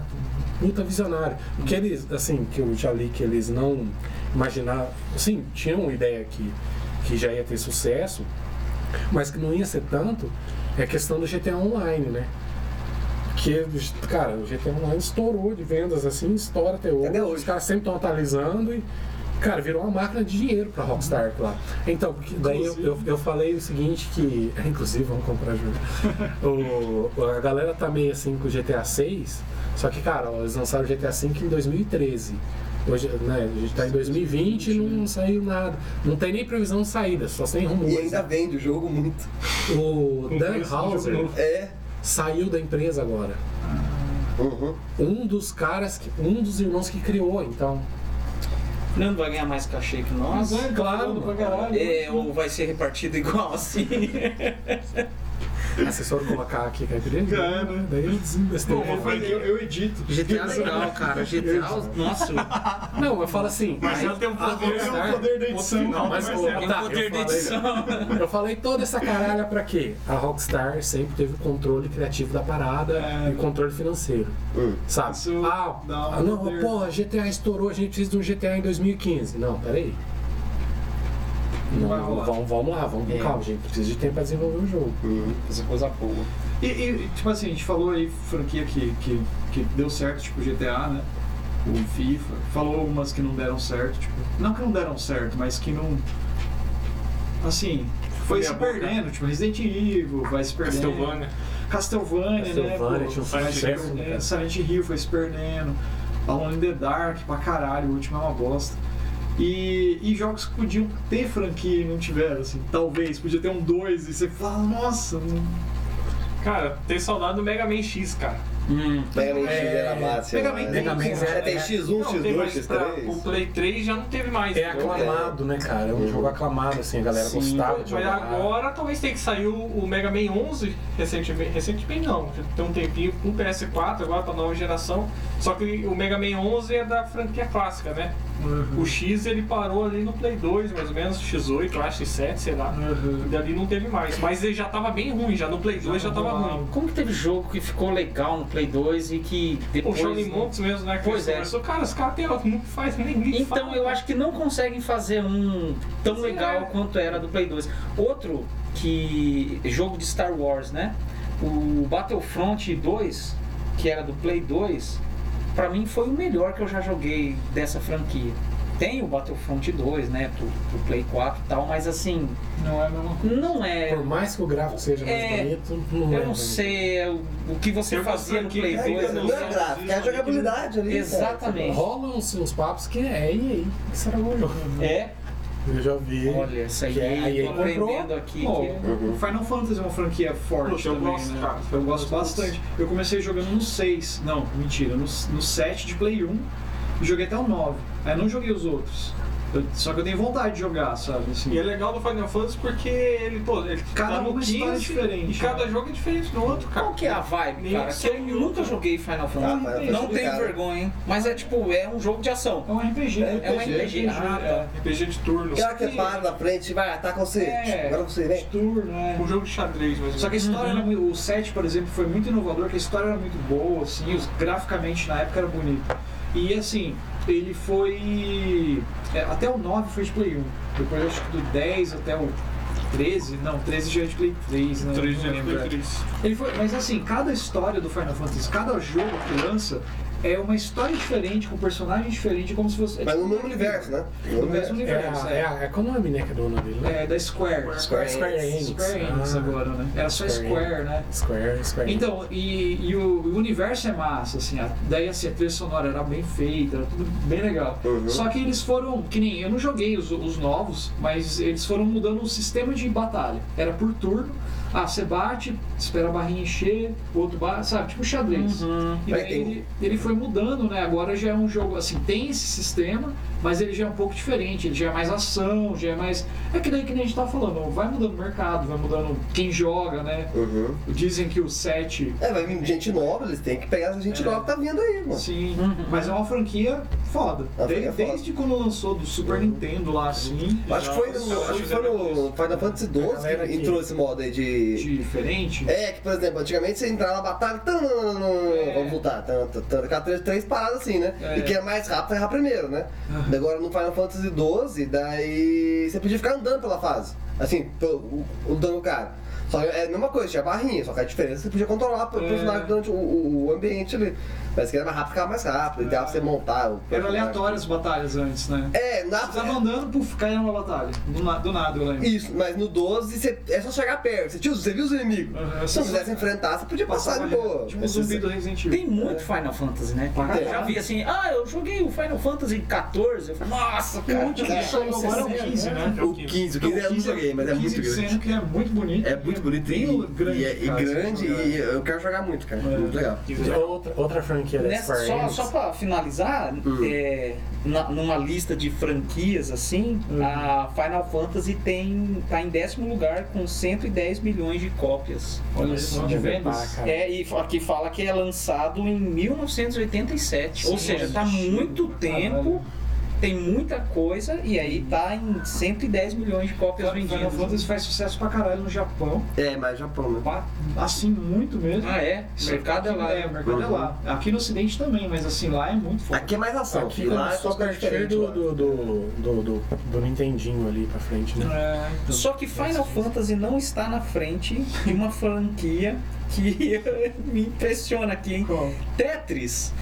puta visionário. O que eles, assim, que eu já li que eles não imaginavam, sim, tinham uma ideia que, que já ia ter sucesso, mas que não ia ser tanto, é a questão do GTA Online, né? Que, cara, o GTA Online estourou de vendas, assim, estoura até hoje. Até hoje. Os caras sempre estão atualizando e, cara, virou uma máquina de dinheiro pra Rockstar lá. Então, porque daí eu, eu, eu falei o seguinte que, é, inclusive, vamos comprar jogo. O- a galera tá meio assim com o GTA 6, só que, cara, eles lançaram o GTA 5 em 2013. Hoje, né, a gente tá em 2020 e não saiu nada. Não tem nem previsão de saída, só tem rumores. E ainda vende o jogo muito. O Dan preço do jogo Hauser novo. É. saiu da empresa agora. Uhum. Um dos caras, que, um dos irmãos que criou, então. Não vai ganhar mais cachê que Mas nós. é, claro, claro, pra caralho. É, ou vai ser repartido igual assim. Assessor colocar aqui caipirinha? É, né? Daí eu desinvestei. Pô, mas foi- eu, eu edito. GTA legal, cara. GTA, nossa, Não, eu falo assim. Mas aí- já tem um poder. Eu Rockstar- tenho o poder da edição. Tá? Não, mas, pô, tem tá, um poder de eu falei- né? edição. Eu falei toda essa caralha pra quê? A Rockstar sempre teve o controle criativo da parada É. e o controle financeiro. Hum. Sabe? Isso ah, dá um ah, não, poder. porra, GTA estourou, a gente precisa de um GTA em 2015. Não, peraí. Não Não, vai rolar. vamos, vamos lá, vamos com É. calma, a gente precisa de tempo pra desenvolver o jogo. Essa coisa boa. E, e, tipo assim, a gente falou aí franquia que, que, que deu certo, tipo GTA, né? O FIFA. Falou algumas que não deram certo, tipo. Não que não deram certo, mas que não. Assim, foi Foi se a boca. perdendo, tipo, Resident Evil, vai se perdendo. Castlevania. Castlevania, Castlevania né? pô, tinha um vai se sucesso, perdendo, né? Silent Hill foi se perdendo. Alone in the Dark, pra caralho, o último é uma bosta. E, e jogos que podiam ter franquia e não tiveram, assim, talvez, podia ter um 2 e você fala, nossa, não Cara, tem saudade do Mega Man X, cara. Hum. Mega Man X era massa. Mega Man né? tem, Mega Man cara. Tem X1, Não, tem X2, mais pra- O X3. Play 3 já não teve mais. É entendeu? aclamado, né, cara? É um jogo aclamado, assim, a galera Sim, gostava de Mas jogar. agora talvez tenha que sair o, o Mega Man 11 recentemente. Recentemente não, já tem um tempinho com o PS4 agora pra nova geração. Só que o Mega Man 11 é da franquia clássica, né? O X ele parou ali no Play 2, mais ou menos, X8, eu acho, X7, sei lá. Uhum. E dali não teve mais. Mas ele já tava bem ruim, já no Play 2 já tava ruim. Como que teve jogo que ficou legal no Play 2 e que O depois. Shaolin Monks mesmo, né? que é. Pois é. conversou, Cara, os caras até hoje não faz nem nem Então fala. né? eu acho que não conseguem fazer um tão Sim, legal é. quanto era do Play 2. Outro que. jogo de Star Wars, né? O Battlefront 2, que era do Play 2, pra mim foi o melhor que eu já joguei dessa franquia. Tem o Battlefront 2, né? Pro, pro Play 4 e tal, mas assim, não é a mesma coisa. não é. Por mais que o gráfico seja mais É, bonito, não é. Eu não bonito. sei é, o o que você Eu fazia no consegui, Play né? 2. Eu Não é né? gráfico, é a jogabilidade ali. cara. Exatamente. Rolam uns, uns papos que é, e aí? O que será o jogo? É. Eu já vi. Olha, essa aí, Que a EA tô comprou. aprendendo aqui. Bom, que- Uhum. Final Fantasy é uma franquia forte Puxa, eu também, gosto, né? cara. Eu gosto bastante. Eu comecei jogando no 6, não, mentira, no, no 7 de Play 1 e joguei até o 9. Aí não joguei os outros. Eu- só que eu tenho vontade de jogar, sabe? Assim. E é legal do Final Fantasy porque ele, pô, ele Cada tá no uma história diferente, E cada né? jogo é diferente do outro, cara. Qual que é a vibe, Nem cara? sei Que eu muito. nunca joguei Final Ah, Fantasy. Final Fantasy não é tenho complicado. vergonha, hein? Mas é tipo, é um jogo de ação. É um RPG. É É um RPG. Ah, tá. RPG de turno. Aquela que para na frente e vai, ataca você. É. Agora você, De vem. turno, né? Um jogo de xadrez, mas. Só que a história era muito. O 7, por exemplo, foi muito inovador, que a história era muito boa, assim, os, graficamente na época era bonito. E assim, ele foi. é, até o 9 foi de Play 1. Depois acho que do 10 até o 13. Não, 13 já é de Play 3, né? Três Não de lembro, é. Netflix. Ele foi, mas assim, cada história do Final Fantasy, cada jogo que lança é uma história diferente, com personagem diferente, como se fosse. é Mas tipo no um mesmo universo, né? No mesmo É, universo, a- é, é. a- é qual o nome, né, que é dona dele? né? É, da Square. Square Square Enix. Square Enix Ah. agora, né? Era só Square Square, né? Square, Square. Então, e, e o, o universo é massa, assim, a- daí assim, a trilha sonora era bem feita, era tudo bem legal. Uhum. Só que eles foram, que nem, eu não joguei os, os novos, mas eles foram mudando o sistema de batalha. Era por turno, ah, você bate, espera a barrinha encher, o outro bate, sabe, tipo xadrez. E Mas daí É, tem- ele, ele foi mudando, né, agora já é um jogo, assim, tem esse sistema, mas ele já é um pouco diferente, ele já é mais ação, já é mais... É que daí que nem a gente tá falando, vai mudando o mercado, vai mudando quem joga, né, Uhum. dizem que o 7... É, vai vir gente nova, eles têm que pegar essa gente nova que tá vindo aí, mano. É. Sim, mas é uma franquia foda. É uma De- franquia foda. desde quando lançou do Super Uhum. Nintendo lá, assim, Acho que foi no, acho que foi no Final Fantasy XII galera que que- entrou esse modo aí Tipo. de... diferente. É, que por exemplo, antigamente você entrava na batalha, tananana, É. vamos voltar, tan, tan, tan, aquelas três, três paradas assim, né? É. E quem é mais rápido errar primeiro, né? Aham. Agora no Final Fantasy XII, daí você podia ficar andando pela fase, assim, pelo, o, o dano cara. Só que é a mesma coisa, tinha barrinha, só que a diferença é que você podia controlar o personagem durante o, o- o ambiente ali. Mas que era mais rápido, ficava mais rápido, e dava pra você montar. o Era personagem. aleatório as batalhas antes, né? É, na, Você tava andando, puf, caía numa batalha. Do, na- do nada, eu lembro. Isso, mas no 12 você, é só chegar perto. Você, tio, você viu os inimigos? Aham. Se não quisesse enfrentar, você podia passar de boa. Tipo o é- zumbi do Resident Evil. Tem muito Final Fantasy, né? Tem. Eu já vi assim, ah, eu joguei o Final Fantasy 14. Eu falei, nossa, cara. Muito que saiu agora um é o 15, né? É O 15, o 15 eu não joguei, mas é muito grande. que é muito bonito. né? É muito bonito bem e, grande. e, é, e cara, assim, né? É. grande esse e eu quero jogar muito, cara. Muito legal. outra, outra franquia da Nessa, Square só, Enix. só pra finalizar, é, na- numa lista de franquias assim, a Final Fantasy tem, tá em décimo lugar com 110 milhões de cópias. Olha só, de vendas. Cara, É, e aqui fala que é lançado em 1987. Ou Sim, seja, mas tá chique muito pra tempo, tem muita coisa, e aí tá em 110 milhões de cópias Final vendidas. Fantasy faz sucesso pra caralho no Japão. É, mas Japão, né? Ba- Assim, muito mesmo. Ah, é? O mercado é lá. É, o né? mercado é lá. Aqui no ocidente também, mas assim, lá é muito forte. Aqui é mais ação. Aqui lá é só só a coisa partir diferente. do, lá. do, do, do, do, do Nintendinho ali pra frente, né? É, então. Só que Final Fantasy não está na frente de uma franquia que me impressiona aqui, hein? Qual? Tetris.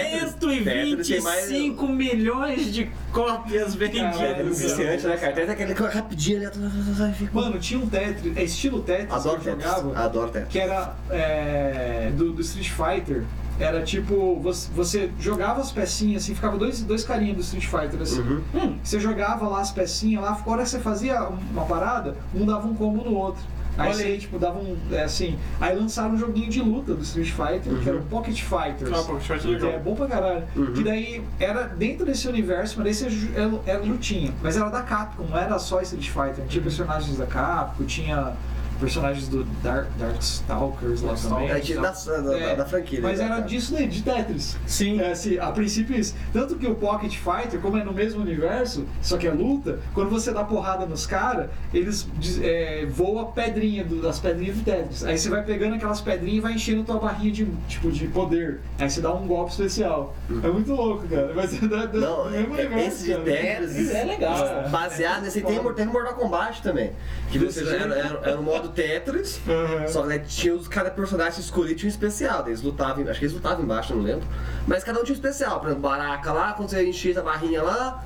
Tetris tem mais- 125 milhões de cópias Caralho, vendidas. É cara. Viciante, né, cara? Tem aquele que é rapidinho ali. Mano, tinha um Tetris, é estilo Tetris Adoro que eu Tetris. jogava, Adoro Tetris. que era é, do, do Street Fighter. Era tipo, você, você jogava as pecinhas assim, ficava dois, dois carinhas do Street Fighter assim. Uhum. Você jogava lá as pecinhas lá, a hora que você fazia uma parada, um dava um combo no outro. Aí Olha você, aí. tipo, dava um. é, assim. Aí lançaram um joguinho de luta do Street Fighter, que Uhum. era o Pocket Fighters. Ah, pô, short Que é legal. bom pra caralho. Que daí era dentro desse universo, mas daí você ju- era, era lutinha. Mas era da Capcom, não era só Street Fighter. Tinha personagens da Capcom, tinha personagens do Dark, Darkstalkers lá também. É, tinha da, da, da- É, da franquia. Mas né, era cara? disso daí, de Tetris. Sim. É, assim, a princípio é isso. Tanto que o Pocket Fighter, como é no mesmo universo, só que é luta, quando você dá porrada nos caras, eles diz- é, voam a pedrinha do- das pedrinhas do Tetris. Aí você vai pegando aquelas pedrinhas e vai enchendo tua barrinha de, tipo, de poder. Aí você dá um golpe especial. É muito louco, cara. Mas é da- da- Não, do mesmo é- universo, esse de cara. Tetris. É legal. Baseado nesse tem, tem Mortal Kombat também. Que você era, era, era o modo Tetris, Aham. só que né, tinha os, cada personagem escolhido tinha um especial. daí Eles lutavam, em- acho que eles lutavam embaixo, não lembro. Mas cada um tinha um especial. Por exemplo, Baraka lá, quando você enchia a barrinha lá,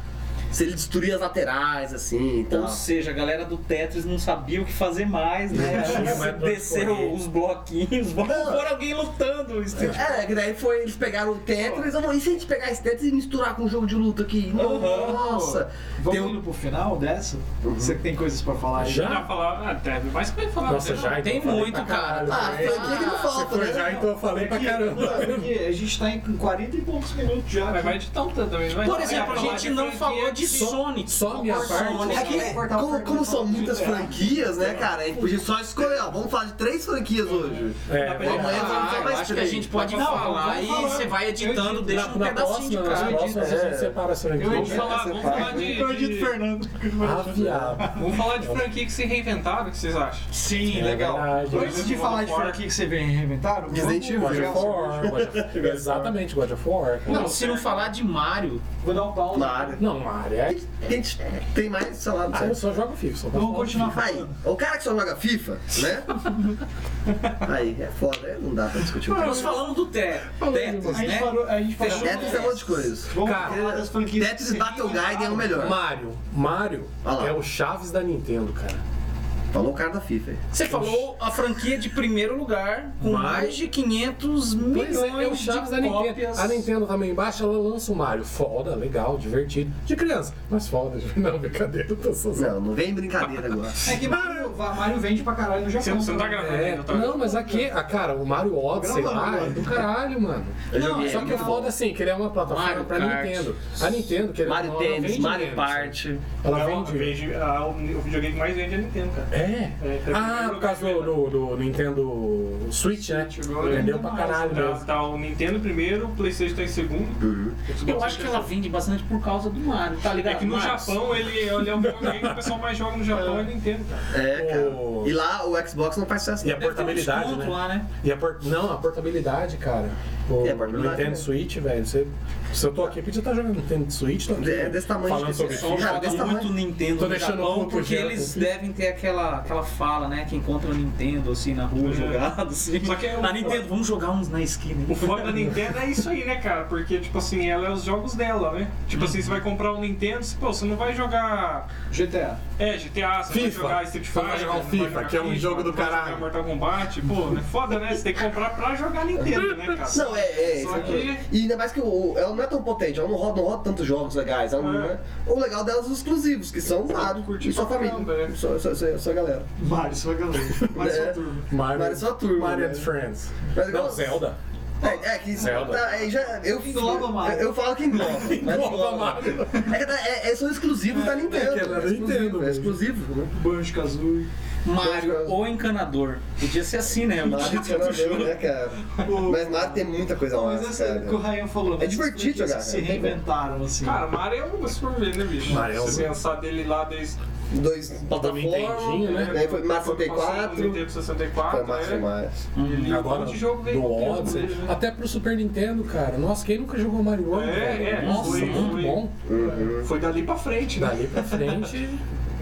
Se ele destruir as laterais, assim e Ou tal. seja, a galera do Tetris não sabia o que fazer mais, né? tinha mais pra onde correr. Desceu os bloquinhos, vamos pôr alguém lutando. isso. É, que daí foi, eles pegaram o Tetris, oh, e se a gente pegar esse Tetris e misturar com um jogo de luta aqui? Nossa! Vamos Tem um- Uhum. indo pro final dessa? Você que tem coisas pra falar aí? Já? Já falar, ah, deve mais que vai falar. Nossa, né? já então Tem eu falei muito, pra caralho, Ah, né? franquia que não Se falta, for né? já, então eu falei pra caramba. Não, porque a gente tá em 40 e poucos minutos já. Mas vai editar um tanto também. não vai? Por exemplo, a Vai falar gente não franquia falou de só- Sonic. só a minha Sonic. parte- É que, como, como são muitas franquias, né, cara? A gente podia só escolher, ó, vamos falar de três franquias hoje. É, pra gente- Amanhã vamos falar Ah, eu mais acho que a três. gente pode Não, falar e vamos falar. você vai editando, deixa na, um na pedacinho de próxima, né? nas cada. próximas a é. gente separa essa aqui. Vamos Vamos falar, vamos falar de, Eu edito de, Fernando. vamos falar de franquia que se reinventaram, o que vocês acham? Sim, É legal. verdade. Antes de Vamos falar de fora. franquia que você vem reinventar, vamos Resident Evil. God jogar- of War, God of- Exatamente, God of War. cara. Não, se não falar de Mario, Vou dar um pause. Claro. Não, Mario, é. A gente tem mais, sei lá, não Ah, eu sei. só jogo FIFA. Só Vamos continuar Aí, falando. o cara que só joga FIFA, né? Aí, é foda, né? não dá pra discutir. muito. Nós falamos do Te- A Tetris, gente né? parou, a gente parou. Tetris é um monte de coisa. Vamos Cara, falar das franquias. que Tetris você Battle Guide é o melhor. Mario. Mario Olha Ah lá. é o Chaves da Nintendo, cara. Falou o cara da FIFA. Você falou a franquia de primeiro lugar, com Mario. mais de 500 Pois é, é o milhões Chaves da de cópias. Nintendo. A Nintendo também embaixo, ela lança o Mario. Foda, legal, divertido. De criança, mas foda. Não, brincadeira, eu tô só Não, não vem brincadeira agora. É que Mario, Mario vende pra caralho no Você Japão. não, você não tá né? gravando É, ainda, tá? não, mas aqui, ah, cara, o Mario Odyssey Gravando lá é agora. do caralho, mano. Eu Não, joguei só que o ele. foda assim, que ele é uma plataforma Mario pra Kart. Nintendo. A Nintendo, que ele é Mario Tênis, Mario né? Kart. Ela Não, vende. vejo- ah, o o videogame que mais vende é Nintendo, cara. É? É, tá Ah, primeiro por causa lugar, do, do- do Nintendo Switch, né? agora. Vendeu pra caralho Tá, mesmo. tá o Nintendo primeiro, o Playstation tá em segundo. Eu acho que ela vende bastante por causa do Mario, tá ligado? É que no Mario? Japão ele, ele é o videogame que o pessoal mais joga no Japão é Nintendo, cara. É, cara. O- E lá o Xbox não faz sucesso. E a não. Deve ter um portabilidade, desconto né? lá, né? E a por- Não, a portabilidade, cara. O É, a portabilidade, Nintendo né? Switch, velho. você- Se eu tô aqui, podia estar jogando Nintendo Switch. Tô aqui, É desse tamanho Falando que sobre esse- Só Cara, joga desse muito tamanho. Nintendo Tô no deixando um Japão, pouco porque de- eles devem ter aquela, aquela fala, né? Que encontra o Nintendo assim na rua jogado, assim. Só que é o- a Nintendo, vamos jogar uns na esquina. O foda da Nintendo é isso aí, né, cara? Porque, tipo assim, ela é os jogos dela, né? Tipo assim, você vai comprar um Nintendo, você- pô, você não vai jogar. GTA. É, GTA, você FIFA. vai jogar Street Você Fighter. vai jogar um não vai FIFA, jogar que é um FIFA, jogo do não vai jogar caralho. Mortal Kombat, pô, é foda, né? Você tem que comprar pra jogar Nintendo, né, cara? Não, é, é. Só que- E ainda mais que o, o- ela não é tão potente, ela não roda, não roda tantos jogos legais. Ela não É. é. O legal delas é os exclusivos, que são Mario e sua pra caramba, família. né? Só, só, só, só a galera. Mario, sua galera. Mario, sua É. turma. Mario, Mario só turma, Mario né? and Friends. Mas igual- Não, Zelda. É, é que isso. Zelda. Tá, aí já, eu, Engloba Mario. eu, eu falo que engloba. mas Engloba Mario. É que tá- é, é, são exclusivos da Nintendo. que ela né? não entende, Exclusivo, mano. É exclusivo, né? Banjo Kazooie. Mario ou encanador. Podia ser assim, né? O Mario título do Kart, jogo. né, cara? O- Mas Mario tem muita coisa Mas massa, essa cara. é o que o Ryan falou. né? É divertido Essas jogar, franquias que Se cara. reinventaram, assim. Cara, Mario é um super né, bicho? Mario é um- Você pensar dele lá desde. Dois plataformas. Nintendinho, né? Daí foi Mario quando passou do 64. Nintendo 64. Foi massa né? demais. Ele- um Agora, monte de jogo veio do com o tempo Odyssey. dele, né? Até pro Super Nintendo, cara. Nossa, quem nunca jogou Mario World? É, velho? é, Nossa, foi- muito foi. bom. Uhum. Foi dali pra frente, né, Dali pra frente.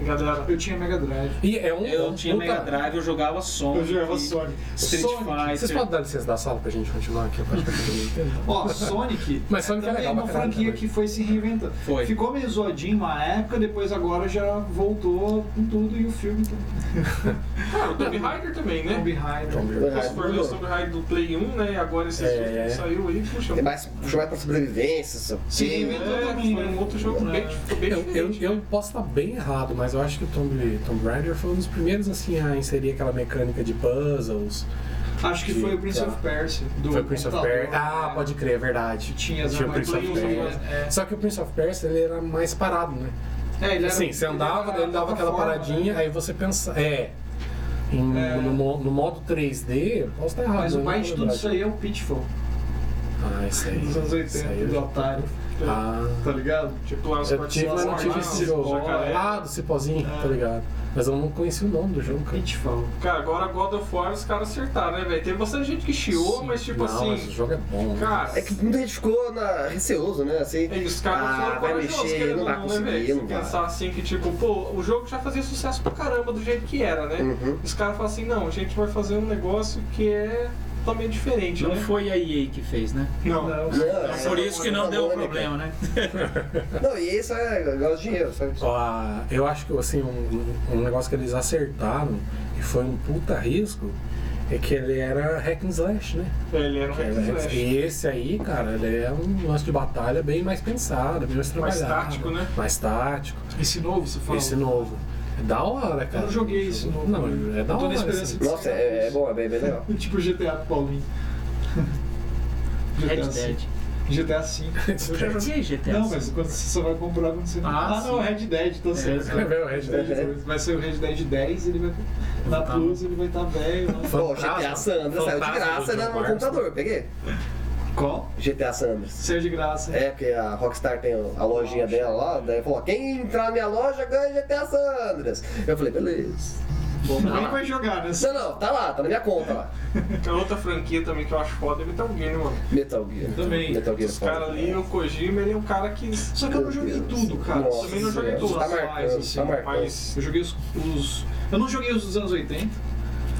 galera? Eu tinha Mega Drive. E é um. Eu tinha puta- Mega Drive, eu jogava Sonic. Eu jogava Sonic. Street Sonic. Vocês Fighter. podem dar licença da sala pra gente continuar aqui a parte da Nintendo? Ó, Sonic. Mas Sonic é também legal uma pra caralho franquia também. que foi se reinventando. Foi. Ficou meio zoadinho uma época, depois agora já voltou com tudo e o filme também. Cara, Ah, o Tomb Raider também, né? Tomb Raider. Se for ver o Tomb Raider do Play 1, né? E agora esses É, dias que é. saiu aí, puxa. Tem mais, puxa mais pra sobrevivência, seu Se quê, né? reinventou é, também, foi né? um outro jogo bem, dif- bem Eu, eu, diferente. eu posso estar bem errado, mas eu acho que o Tomb, Tomb Raider foi um dos primeiros assim, a inserir aquela mecânica de puzzles. Acho que foi o Prince of Persia. Do foi o Prince of computador, Persia. Ah, né? pode crer, é verdade. Tinha as o Prince of armadilhas, Persia. é. Só que o Prince of Persia ele era mais parado, né? É, ele era- Assim, você ele andava, era daí ele dava aquela plataforma, paradinha, né? É. aí você pensa. É. Em- No, mo- no modo 3D, eu posso estar errado. Mas o eu não mais de tô tudo lembrado. isso aí é o Pitfall Ah, isso aí. dos anos isso 80, aí é eu do já- Atari. Ah. Tá ligado? Tipo, lá né, os Eu tive, mas não tive esse jogo. Ah, do Cipózinho, tá ligado. Mas eu não conheci o nome do jogo, cara. Pitfall. Cara, agora God of War os caras acertaram, né, velho? Teve bastante gente que chiou, mas tipo não, mas o assim. jogo é bom. né? Cara, É que muita gente ficou na, receoso, né? Assim, E É os caras ah, foram vai corajosos, mexer, querendo não ou vai não, né, conseguir, velho? não Você vai. pensar assim que, tipo, pô, o jogo já fazia sucesso pra caramba do jeito que era, né? Uhum. Os caras falam assim, não, a gente vai fazer um negócio que é totalmente diferente, Não né? foi a EA que fez, né? Não. É Não, Por isso que não deu É Mônica. problema, né? Não, e isso é negócio de dinheiro, sabe? Ah, eu acho que assim, um, um negócio que eles acertaram e foi um puta risco é que ele era hack and slash, né? Ele era um É, hack and slash. E esse aí, cara, ele é um lance de batalha bem mais pensado, bem mais trabalhado. tático, né? Mais tático. Esse novo, você fala? Esse novo. É da hora, cara. Eu não joguei esse novo. Não, é da Eu tô hora. na esperança assim. de- Nossa, é, é bom, é bem, bem legal. Tipo GTA do Paulinho. Red V. Dead. GTA V. Eu já joguei GTA. Não, mas quando você só vai comprar quando você. Ah, Ah, não, sim. Red Dead, tô certo. É, velho, Red Dead. Vai ser o Red Dead 10, ele vai. Na Tá. Plus ele vai estar velho. né? Bom, Fantasma. GTA Sanders saiu de Fantasma graça do né, John no Marston. computador, peguei. Qual? GTA Sanders. Saiu de graça. É, porque a Rockstar tem a lojinha dela lá, daí falou, quem entrar na minha loja ganha GTA Sandras. Eu falei, beleza. Bom, Tá Ninguém lá. vai jogar, né? Não, não, tá lá, tá na minha conta lá. A outra franquia também que eu acho foda é Metal Gear, mano. Metal Gear. Também. Metal Gear Os caras ali, o Kojima, ele é um cara que. Só que eu não joguei tudo, cara. Nossa, Também não joguei é, tudo. tá as marcando, lives, assim, tá marcando. Mas eu joguei os, os- Eu não joguei os dos anos 80,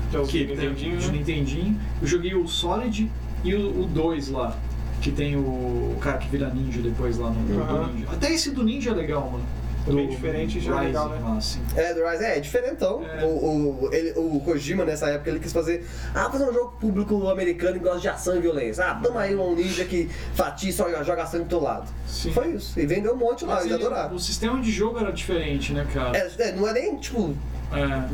Que é o que tem que Nintendinho, de né? Nintendinho. Eu joguei o Solid e o 2 lá. Que tem o, o cara que vira ninja depois lá no do Aham. ninja. Até esse do ninja é legal, mano. Também diferente e já é Rising legal, né? lá, assim. É, do Rise é, é diferentão. É. O, o, ele- o Kojima, nessa época, ele quis fazer. Ah, fazer um jogo público americano que gosta de ação e violência. Ah, toma aí um ninja que fatia e só joga sangue do teu lado. Sim. Foi isso. E vendeu um monte lá, Mas eles ele- adoraram. o sistema de jogo era diferente, né, cara? É, é, não é nem, tipo, É.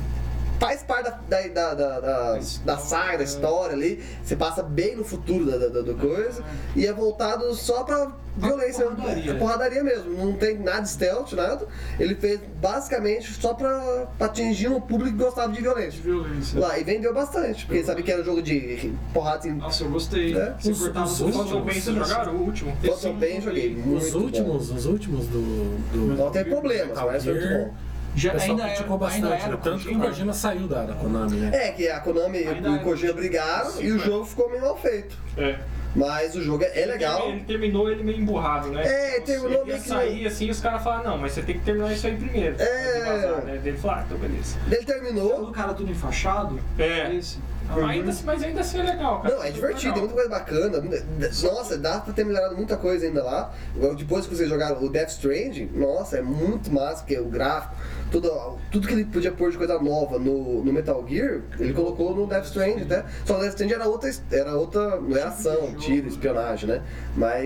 faz parte da, da, da, da, da- da saga, da é. história ali. Você passa bem no futuro da, da- da- do coisa. E é voltado só pra violência. porradaria. É porradaria mesmo. Não tem nada de stealth, nada. Ele fez basicamente só pra, pra atingir um público que gostava de violência. De violência. Lá, e vendeu bastante, porque sabe que era jogo de porrada assim. Nossa, eu gostei. É. Você Os- cortava os tudo. últimos- Phantom Pain, vocês jogaram o último. Quanto bem joguei. Muito Os bom. últimos, os últimos do. do... Não tem problemas, Metal mas foi muito Gear. bom. Já, O pessoal ainda era, criticou bastante, ainda era né? Tanto que o Kojima. Kojima saiu da, da Konami, né? É, que a Konami Ainda e é o Kojima muito- brigaram sim, e o mas- jogo ficou meio mal feito. É. Mas o jogo é é legal. Ele terminou ele meio emburrado, né? É, ele terminou Ele ia meio que- sair assim, os caras falaram, não, mas você tem que terminar isso aí primeiro. É. antes de vazar, né? Ele falou, ah, então beleza. Ele Todo terminou. o cara tudo enfaixado. É. Esse. Uhum. Mas ainda, mas ainda assim é legal, cara. Não, é divertido, tem muita coisa bacana. Nossa, dá pra ter melhorado muita coisa ainda lá. Depois que vocês jogaram o Death Stranding, nossa, é muito massa, porque o gráfico, tudo, tudo que ele podia pôr de coisa nova no, no Metal Gear, ele colocou no Death Stranding, até. Só o Death Stranding era outra, era outra não é ação, tiro, espionagem, né?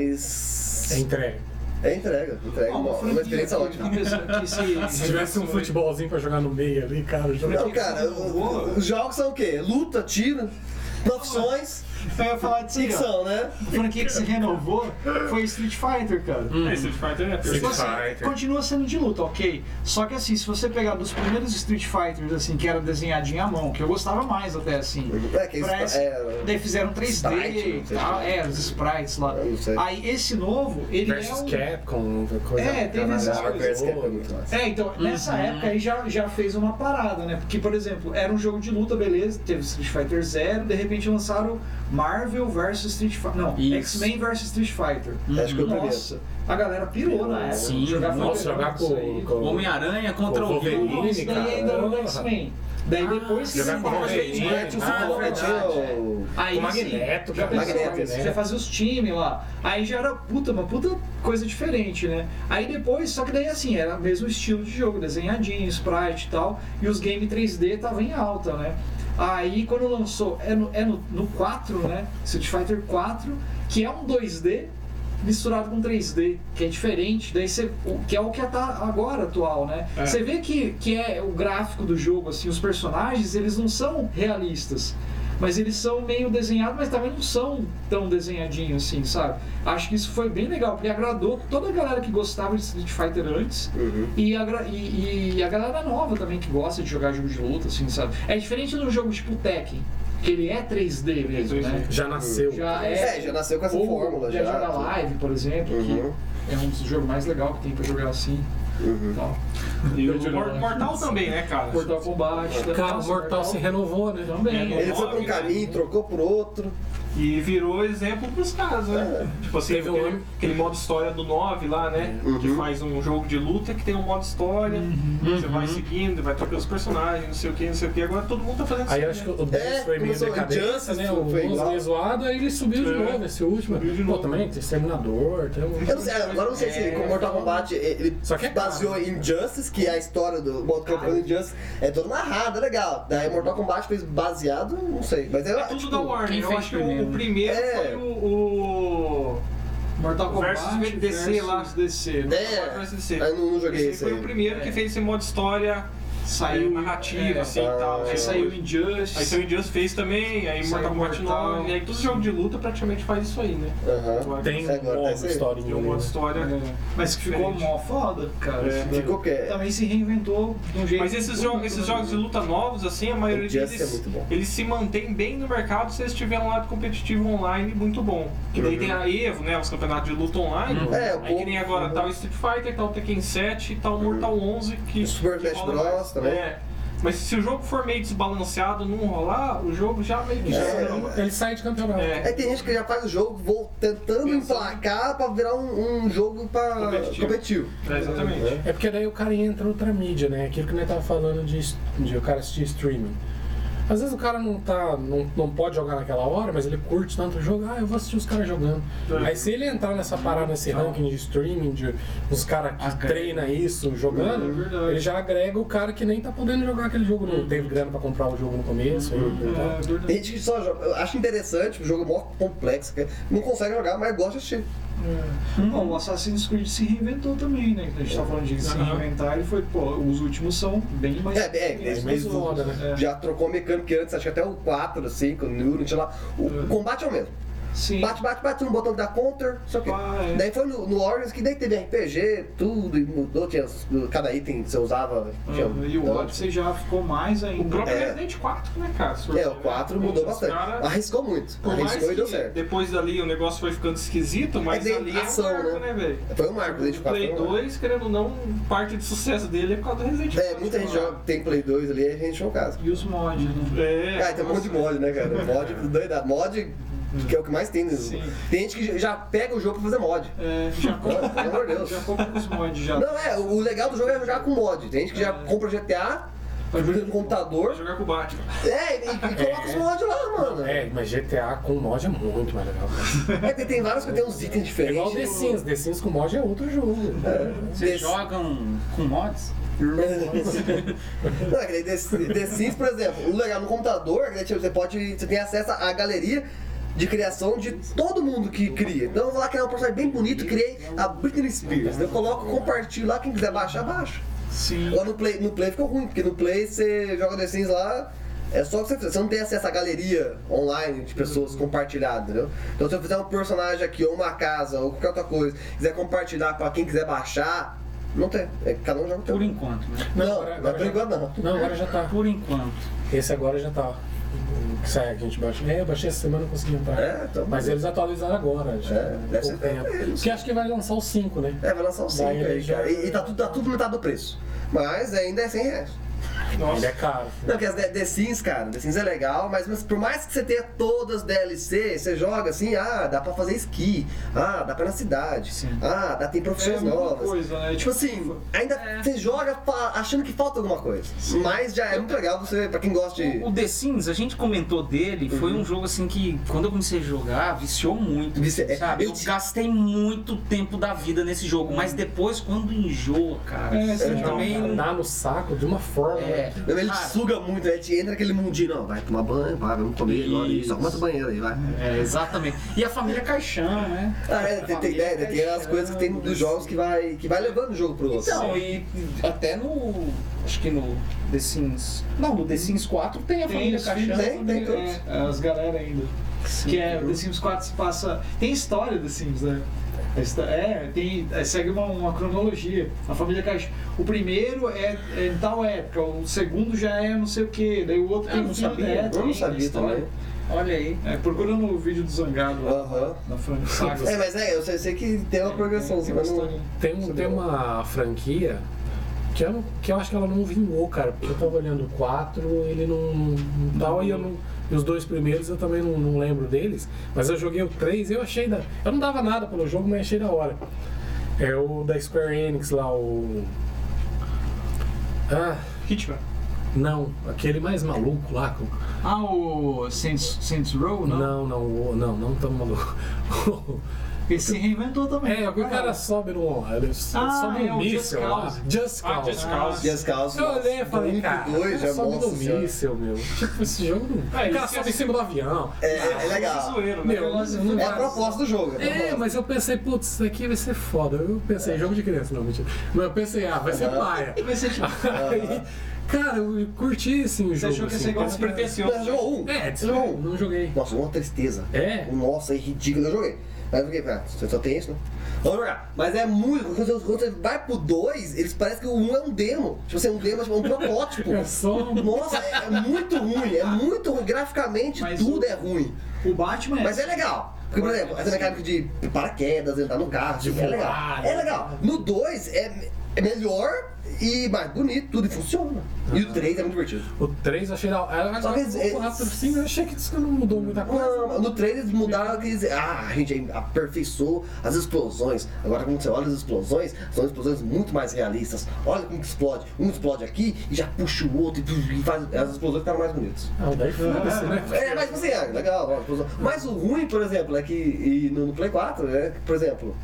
É Mas. entrega. É entrega, entrega. Não, Uma, uma experiência ótima. Apesar que Se esse- tivesse um futebolzinho pra jogar no meio ali, cara, o jogo Não, cara, o- os jogos são o quê? Luta, tiro, profissões, Eu ia falar disso aí, ó. ficção, né? A franquia que se renovou foi Street Fighter, cara. É, Street Fighter é Se você- perfeito. Tipo assim, continua sendo de luta, ok. Só que assim, se você pegar dos primeiros Street Fighters, assim, que era desenhadinho à mão, que eu gostava mais até assim. É, que Pra isso, esse- é, Daí fizeram 3D Sprite, e não sei tal, se é. é, os sprites lá. Eu não sei. Aí esse novo, ele é versus um- Capcom, coisa. É, teve caralho, essas Marvel vs. Capcom é muito massa. É, então, nessa época aí já, já fez uma parada, né? Porque, por exemplo, era um jogo de luta, beleza, teve Street Fighter Zero, de repente lançaram Marvel vs Street Fighter. Não, Isso. X-Men vs Street Fighter. Acho que eu primeiro. Nossa, a galera pirou na época. Sim, Nossa, fliperama jogar com isso aí. com, com Homem-Aranha contra o Wolverine. Wolverine. Isso daí ainda era o cara. X-Men. Daí depois que jogar ele com é, tava Wolverine, feito, Tinha- tinha o Ah, Superman, verdade, tinha é. o- Aí, Com Magneto, sim, já cara. pensou, Magneto, você né? fazia os times lá. Aí já era puta, uma puta coisa diferente, né? Aí depois, só que daí assim, era o mesmo estilo de jogo, desenhadinho, sprite e tal. E os game 3D estavam em alta, né? Aí quando lançou, é no, é no, no 4, né? Street Fighter 4, que é um 2D misturado com 3D, que é diferente, daí você, o- que é o que tá agora atual, né? Você vê que, que é o gráfico do jogo, assim, os personagens, eles não são realistas, mas eles são meio desenhados, mas também não são tão desenhadinhos assim, sabe? Acho que isso foi bem legal, porque agradou toda a galera que gostava de Street Fighter antes e, a, gra- e- e a galera nova também que gosta de jogar jogo de luta, assim, sabe? É diferente de um jogo tipo Tekken, que ele é 3D mesmo, né? Já nasceu. Ah, Já É, já nasceu com essa ou fórmula, já já. joga live, por exemplo, Uhum. que é um dos jogos mais legais que tem pra jogar assim. Uhum. tal. E o Mor- Mortal também, né, cara? Mortal Kombat. Cara, o Nossa, Mortal se renovou, né? Também. É, Ele foi pra um caminho, trocou por outro. E virou exemplo pros caras, né? É. Tipo assim, Teve um aquele, ano- aquele modo história do 9 lá, né? Uhum. Que faz um jogo de luta que tem um modo história, Uhum. você vai seguindo, vai trocando os personagens, não sei o que, não sei o que. Agora todo mundo tá fazendo Aí eu isso. acho né? que o 10 É, foi meio começou o decadência, Injustice, né? O foi 11 igual. meio zoado, aí ele subiu de É. novo, esse último. Subiu de Pô, novo. também tem Exterminador, tem um... Eu não sei, agora eu não sei É. se com Mortal Kombat ele Só que é caro. baseou em Injustice, que é a história do Mortal Kombat Injustice é toda narrada, legal. Daí Mortal Kombat fez baseado, não sei. Mas É tudo tipo, da Warner. Eu fez acho que o- primeiro? o primeiro É. foi o. o... Mortal Kombat. Versus DC lá. né? DC. É, Mortal Kombat versus DC. eu não, não joguei Esse isso foi aí. É. Tá o primeiro que fez esse modo história, saiu Saiu narrativa, é, assim e tal. ah, Aí saiu Injustice. Aí saiu Injustice fez também, aí Saiu é Mortal Kombat Mortal. 9, e aí todo jogo de luta praticamente faz isso aí, né? Aham. Agora Tem Isso um agora tá modo isso aí. história tem um modo história. É. Mas que ficou Diferente. mó foda, cara. É. Isso daí. Ficou que é. Também se reinventou de um jeito. Mas esses, jogos, esses jogos de luta novos, assim, a maioria Injustice é deles, muito bom. eles se mantêm bem no mercado se eles tiverem um lado competitivo online muito bom. Que Uhum. daí tem a EVO, né, os campeonatos de luta online. É, o Aí que nem povo. agora, tá o Street Fighter, tá o Tekken 7, tá o Mortal 11, que... Super que Smash rola mais. Bros também. É. Mas se o jogo for meio desbalanceado, não rolar, o jogo já meio que... É. Ele sai de campeonato. É. É, tem gente que já faz o jogo vou tentando emplacar pra virar um, um jogo pra Competitivo. competitivo. É, exatamente. É porque daí o cara entra em outra mídia, né? Aquilo que nós tava falando de, de o cara assistir streaming. Às vezes o cara não tá. não, não pode jogar naquela hora, mas ele curte tanto jogar, ah, eu vou assistir os caras jogando. Aí se ele entrar nessa parada, nesse ranking de streaming, de os caras que treina isso jogando, ele já agrega o cara que nem tá podendo jogar aquele jogo, não teve grana pra comprar o jogo no começo. aí, então. Tem gente que só joga. Eu acho interessante, o jogo é mó complexo, que não consegue jogar, mas gosta de assistir. É. Bom, o Assassin's Creed se reinventou também, né? A gente tá falando de se Aham. reinventar, ele foi, pô, os últimos são bem mais. É, é, é, É meio zoada, né? Já trocou a mecânica que antes, acho que até o 4, 5, o New, não sei lá. O combate é o mesmo. Sim. Bate, bate, bate no botão da counter, só que. Ah, é. Daí foi no, no Origins que daí teve RPG, tudo, e mudou, tinha, cada item que você usava. Tinha, Ah, E o Odyssey já ficou mais ainda. O próprio É. Resident 4, né, cara? É, o 4 mudou Os bastante. cara- Arriscou muito. Por mais Arriscou e deu que certo. Depois dali o negócio foi ficando esquisito, mas tem ali é ação, um marco, né? né, velho? Foi um marco, desde o O 4 Play foi um marco. 2, querendo ou não, parte do sucesso dele é por causa do Resident Evil. né? É, muita gente joga, tem Play 2 ali, a gente não casa. E os mods, né? É, Ah, tem um monte de mod, né, cara? Mod, doidado. Mod, que é o que mais tem. Né? Tem gente que já pega o jogo pra fazer mod. É, já compra, Pelo amor de Deus. já compra com os mods já. Não, é, o legal do jogo é jogar com mod. Tem gente que já compra GTA, joga no Vai computador, jogar com o Batman. é, e, e coloca os mod lá, mano. É, É, mas GTA com mod é muito mais legal. cara. tem, tem vários que tem uns itens É igual The diferentes. Sims, The Sims com mod é outro jogo. The- Vocês jogam com mods? Não, é que daí The, The Sims, por exemplo, o legal no computador é que daí, tipo, você pode. Você tem acesso à galeria de criação de todo mundo que cria. Então eu vou lá criar um personagem bem bonito, criei a Britney Spears. Eu coloco, compartilho lá, quem quiser baixar, baixa. Sim. Agora no Play, no Play ficou ruim, porque no Play você joga The Sims lá, é só que você, você não tem acesso à galeria online de pessoas compartilhadas, entendeu? Então se eu fizer um personagem aqui, ou uma casa, ou qualquer outra coisa, quiser compartilhar pra quem quiser baixar, não tem. É, cada um joga o seu. Por enquanto, né? Não, agora- não é por agora- enquanto não. Não, agora já tá. Por enquanto. Esse agora já tá. Que Sai que a gente baixa. É, eu baixei essa semana e não consegui entrar. É, então- Mas eles atualizaram agora. Já, É, deve ser pouco tempo. pra eles. Porque acho que vai lançar o 5, né? É, vai lançar o 5 Daí ele aí, já- cara. E, e tá, tudo, tá tudo metade do preço. Mas ainda é 100 reais. Ele é caro. Não, porque as The, The Sims, cara, The Sims é legal, mas, mas por mais que você tenha todas as DLC, você joga assim, ah, dá pra fazer esqui, ah, dá pra ir na cidade, ah, dá, tem profissões É a mesma novas. coisa, né? Tipo assim, ainda você joga fa- achando que falta alguma coisa. Mas já é muito legal você, pra quem gosta de. O The Sims, a gente comentou dele, foi um jogo assim que quando eu comecei a jogar, viciou muito. assim, Vici- é, Sabe? eu Eu te- gastei muito tempo da vida nesse jogo, mas depois quando enjoa, cara, É, você sim. também não. Dá no saco de uma forma. né? É, Não, Ele te cara, suga muito, ele te entra naquele mundinho, não, vai tomar banho, vai, vamos comer, olha isso, Isso. arruma essa banheira aí, vai. é, exatamente. E a família Caixão, né? Ah, é, tem, tem, né, tem as coisas que tem dos jogos que vai, que vai levando o jogo pro outro. Então, e até no. Acho que no The Sims. Não, no The Sims 4 tem a Tem família os filhos, Caixão. tem, tem todos. É, as galera ainda. Que é, The Sims 4 se passa. Tem história do Sims, né? A histó- É, tem, é, segue uma, uma cronologia. A família Caixa. O primeiro é, é em tal época, o segundo já é não sei o que, daí o outro Ah, tem não filho- sabia, é, eu tem não sabia história. também. Olha aí. É, procura no vídeo do Zangado lá Aham. na Frank Saga. assim, É, mas é, eu sei, sei que tem uma progressão, Tem mas não. bastante. Tem, um, tem uma franquia Que eu, não- que eu acho que ela não vingou, cara, porque eu tava olhando o 4, ele não. não tal, e eu não. E os dois primeiros eu também não, não lembro deles. Mas eu joguei o 3 e eu achei da. Eu não dava nada pelo jogo, mas achei da hora. É o da Square Enix lá, o. Ah, Hitman. não, aquele mais maluco lá. com- Ah, o Saints, Saints Row, não? Não, não, o- não, não tão maluco. Ele se reinventou também. É, o que o cara sobe no. Ele sobe Ah. é um o Just míssil lá. Cause. Just Ah, Cause. Just Cause. E as calças. Eu olhei e um falei, pro cara, dois, o já assim, cara sobe nossa no senhora. míssil, meu. Tipo, esse jogo não... É, o cara isso sobe é- em cima do avião. É, é É legal. zoeiro, né? Meu, não É vai- a proposta do jogo. a É, proposta. mas eu pensei, putz, isso aqui vai ser foda. Eu pensei, jogo de criança, não, mentira. Mas eu pensei, ah, vai ser paia. Vai ser tipo. Aí, cara, eu curti, assim, o jogo. achou que ia assim, ser igual pensei- Despretensioso. Mas jogou um. É, Você jogou um. não joguei. Nossa, uma tristeza. É? Nossa, é ridículo. Eu joguei. Mas eu fiquei, ah, você só tem isso, né? Vamos jogar. Mas é muito. Quando você, quando você vai pro 2, eles parecem que o 1 um é um demo. Tipo assim, é um demo, é tipo um protótipo. É só um... Nossa, é, é muito ruim. É muito ruim. Graficamente, Mas tudo o- é ruim. O Batman é. Mas é legal. Porque, por exemplo, essa mecânica de paraquedas, entrar no carro, De é legal. voar, É legal. No 2 é, é melhor e mais bonito, tudo e funciona. E o 3 é muito divertido. O 3 eu achei da hora. Só que é- O 4, 5 eu achei que isso não mudou muita coisa. Não, no 3 eles mudaram aqueles. Ah, a gente aperfeiçoou as explosões. Agora, quando você olha as explosões, são explosões muito mais realistas. Olha como que explode. Um explode aqui e já puxa o outro e, e faz. As explosões ficaram mais bonitas. Ah, daí foda-se, né? É, mas assim, é, legal. ó, explosão. Mas o ruim, por exemplo, é que e no, no Play 4, né, por exemplo,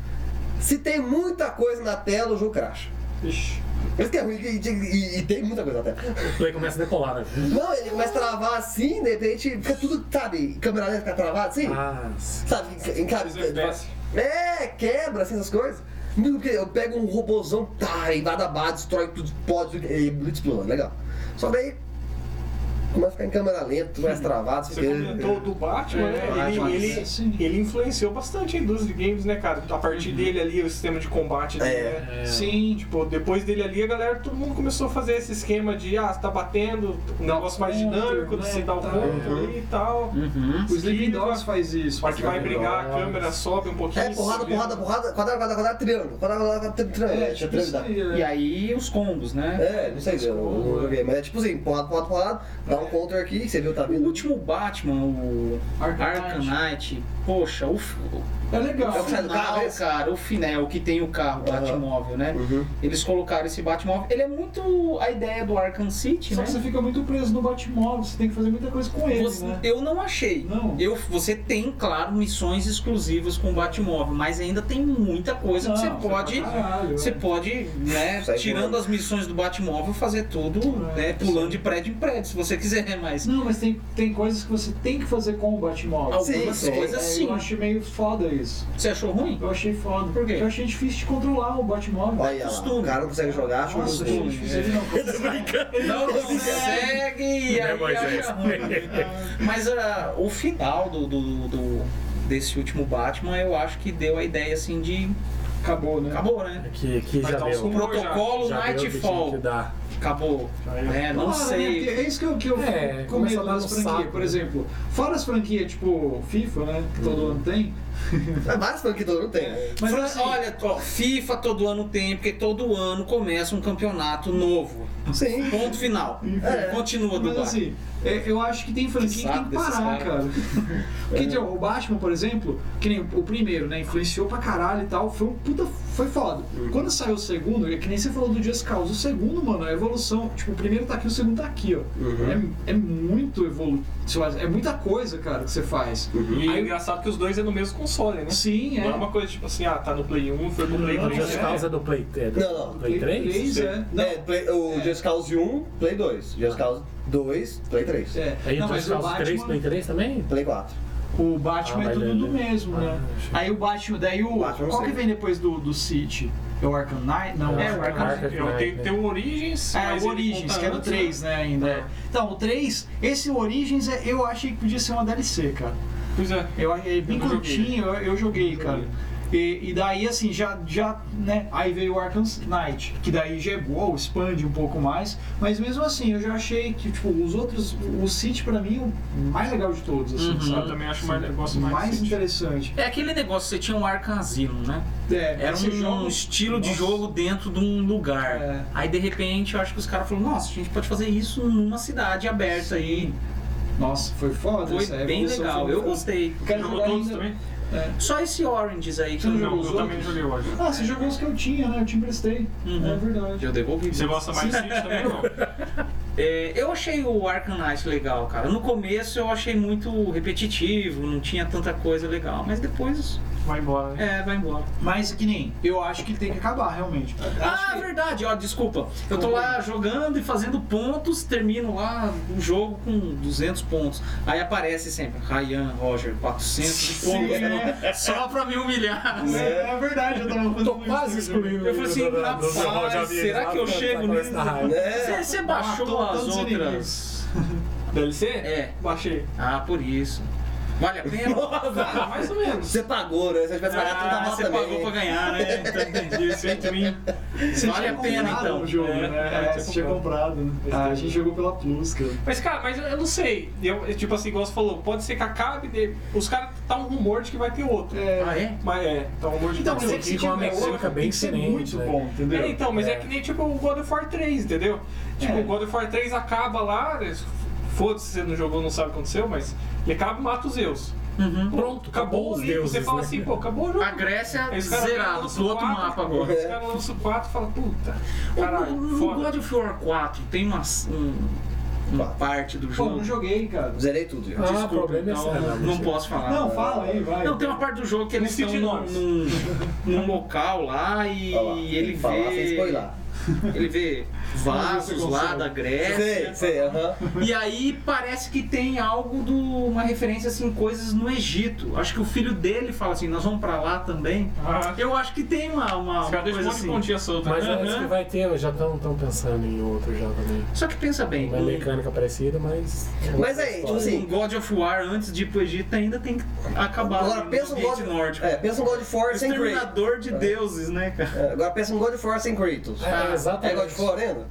se tem muita coisa na tela, o jogo cracha. Ixi. Isso que é ruim, e, e- e tem muita coisa na tela. O play começa a decolar, né? Não, ele começa a travar assim, de repente fica tudo, sabe, câmera lenta fica travada assim. Ah, Sabe, em- em Os FPS. É, quebra, assim, essas coisas. Não, Porque eu pego um robôzão, tá, invada a base, destrói tudo, pode, e explode, legal. Só daí começa a ficar em câmera lenta, tudo mais travado, Você fica- comentou do Batman, né? É, Batman. Ele, ele, Sim. ele influenciou bastante a indústria de games, né, cara? A partir dele ali, o sistema de combate dele, Uhum. É. né? Sim, Tipo, depois dele ali, a galera, todo mundo começou a fazer esse esquema de, ah, você tá batendo, um negócio mais counter, dinâmico, de você né, dar o tá. ponto ali e Uhum. tal. o Sleeping Dogs faz isso. Só que vai brigar, a Nossa. câmera sobe um pouquinho. É, porrada, sobe. porrada, porrada, quadrado, quadrado, quadrado, triângulo. Quadrado, quadrado, quadrado, triângulo. É, É, tipo triângulo isso dá. aí, E é. aí os combos, né? É, não sei, eu não Desculpa. joguei, mas é tipo assim, porrada, porrada, porrada, dá um counter aqui, você viu, tá O vindo. último Batman, o Arkham Arkham Knight. Knight, poxa, o, f- É legal. É o que sai do carro, é final, esse? cara, o final que tem o carro, o Aham. Batmóvel, né? Uhum. Eles colocaram esse Batmóvel. Ele é muito a ideia do Arkham City, Só né? que você fica muito preso no Batmóvel, você tem que fazer muita coisa com ele, Você- né? Eu não achei. Não. Eu, você tem, claro, missões exclusivas com o Batmóvel, mas ainda tem muita coisa Não, que você pra pode. caralho, Você é. pode, né, Sai tirando voando. as missões do Batmóvel, fazer tudo, né, É, pulando de prédio em prédio, se você quiser, mas Não, mas tem, tem coisas que você tem que fazer com o Batmóvel. algumas sim. coisas É, sim. Eu achei meio foda isso. Você achou ruim? Eu achei foda. Por quê? Eu achei difícil de controlar o Batmóvel. Olha lá, o costume. cara não consegue jogar, acha um Nossa, costume. gente, costume, ele não consegue. Não consegue! e Né, aí Moisés? acha ruim. Mas ah, o final do, do- do- desse último Batman, eu acho que deu a ideia assim de. Acabou, né? Acabou, né? que, que Vai já dar uns deu. com- Protocolo Já deu o que tinha que Nightfall. dar. Acabou. né? Não Claro, né? Porque sei. É isso que eu, que eu É, fico com começa a medo dar das no franquias. saco. né? Por exemplo, fora as franquias tipo FIFA, né? Que Uhum. todo ano tem. É vários funk que todo mundo tem. né? Mas Fran- assim, Olha, ó, FIFA todo ano tem, porque todo ano começa um campeonato novo. Sim. Ponto final. Continua do É. Mas Batman. assim, é, eu acho que tem franquia que tem Saco que desses parar, cara. Porque É. tipo, o Batman, por exemplo, que nem o primeiro, né? Influenciou pra caralho e tal. Foi um puta. Foi foda. Uhum. Quando saiu o segundo, é que nem você falou do Just Cause. O segundo, mano, a evolução. Tipo, o primeiro tá aqui, o segundo tá aqui, ó. Uhum. É, é muito evolu... sei lá, É muita coisa, cara, que você faz. Uhum. E é Aí- engraçado que os dois é no mesmo console, né? Sim, Não é é. uma coisa tipo assim, ah, tá no Play 1, foi pro Play O 3. Just né? Cause é do Play, é do Não, não, Play 3? três, é. Não, É, Play- o Just Cause 1, Play 2. Just Cause 2, Play 3. é. Aí Não, o Just mas o Cause 3, Batman, Play 3 também? Play 4. o Batman Ah, é mas tudo é- do mesmo, né? Ah, Aí o Batman, daí o. Batman, eu qual sei. que vem depois do, do City? É o Arkham Knight? Não, É, é o Arkham Arkham Eu Knight, tenho- né? Tem o Origins, É, mas o ele Origins, conta que é do antes, né? 3, né, ainda. É. Então, o 3, esse Origins é- eu achei que podia ser uma DLC, cara. Pois é. Eu, é bem não joguei. curtinho, eu, eu joguei, cara. E, e daí, assim, já, já, né? Aí veio o Arkham Knight, que daí já é igual, expande um pouco mais. Mas mesmo assim, eu já achei que, tipo, os outros, o City pra mim, é o mais legal de todos, assim, Uhum. Eu sabe? também acho mais negócio mais. Mais interessante. É aquele negócio, você tinha um Arkham Asylum, né? É, Era esses um jogos- estilo de Nossa. jogo dentro de um lugar. É. Aí de repente eu acho que os caras falaram, nossa, a gente pode fazer isso numa cidade aberta aí. Nossa, foi foda. Foi essa bem evolução legal, foi eu foda. gostei. Quero Jogou jogar todos ainda- também? Só esse Oranges aí que Você eu não não jogou Não, os eu também outros? joguei hoje. Ah, você jogou os que eu tinha, né? Eu te emprestei. Uhum. É verdade. Eu devolvi. Você gosta mais de City também? Não. É, eu achei o Arkham Knight legal, cara. No começo eu achei muito repetitivo, não tinha tanta coisa legal, mas depois Vai embora, né? é, vai embora. Mas que nem, eu acho que tem que acabar, realmente. ah, verdade, ó, desculpa. Eu tô lá jogando e fazendo pontos, termino lá o jogo com 200 pontos. Aí aparece sempre Ryan Roger, 400 pontos. é. Só pra me humilhar. É, é verdade, eu tava Tô fazendo quase isso. excluindo Eu falei assim, do- do- do- do- do- rapaz, do- do- do- será que eu do- do- chego do- do- nisso? da tá raiva. É. Você, você baixou Matou as Ah, todos os outras? DLC? É. Baixei. Ah, por isso. Vale a pena? Ah, mais ou menos. Você pagou, né? Se eu tivesse pagado, Ah, tu você tava mal pagou pra também. ganhar, né? Então, entendi. DLC é entre mim. Você Vale tinha a pena, comprado então. o jogo, É, né? é, É, você tinha comprado. né? Ah, a gente jogou pela Plus, cara. Mas, cara, mas eu, eu não sei. Eu, eu, tipo assim, igual você falou, pode ser que acabe dele. Os caras tá um rumor de que vai ter outro. Ah, é? Mas é, tá um rumor de Então, que mas vai é ter que aqui se com a tiver mecânica outro, bem tem que ser diferente, muito né? bom, entendeu? É, então, mas é. que nem tipo o God of War 3, entendeu? Tipo, É. o God of War 3 acaba lá, né, foda-se, você não jogou, não sabe o que aconteceu, mas ele acaba e mata os Zeus. Pronto, acabou os o livro, deuses. Você fala né? assim, pô, acabou o jogo. A Grécia Aí os caras zerado lançam pro outro quatro, mapa agora. Os caras lançam 4 e falam, puta, O- caralho, No foda. God of War 4 tem uma, um- uma parte do Pô, jogo. não joguei, cara. Zerei tudo, já. Ah, Desculpa, o problema é então esse, né? não, posso falar. Não, fala aí, vai. Não, tem uma parte do jogo que Me eles estão senti num, nós. num, num local lá e Olha lá, ele tem que falar sem vê. spoiler. Ele vê vasos lá da Grécia. Sei, sei, né? aham. E aí parece que tem algo do. uma referência assim, coisas no Egito. Acho que o filho dele fala assim, nós vamos pra lá também. Ah, Eu acho que tem uma, uma, os uma caras deixam coisa um monte de assim. pontinha solta. né? Mas Aham. parece que vai ter, já estão pensando em outro já também. Só que pensa bem, Uma mecânica parecida, mas. Mas aí, tipo assim, um God of War antes de ir pro Egito ainda tem que acabar Agora no pensa um ambiente God nórdico. É, pensa um God of War sem É. Kratos. Exterminador de deuses, né, cara? É, Agora pensa um God of War sem Kratos. ah, É, É God exatamente. of War ainda?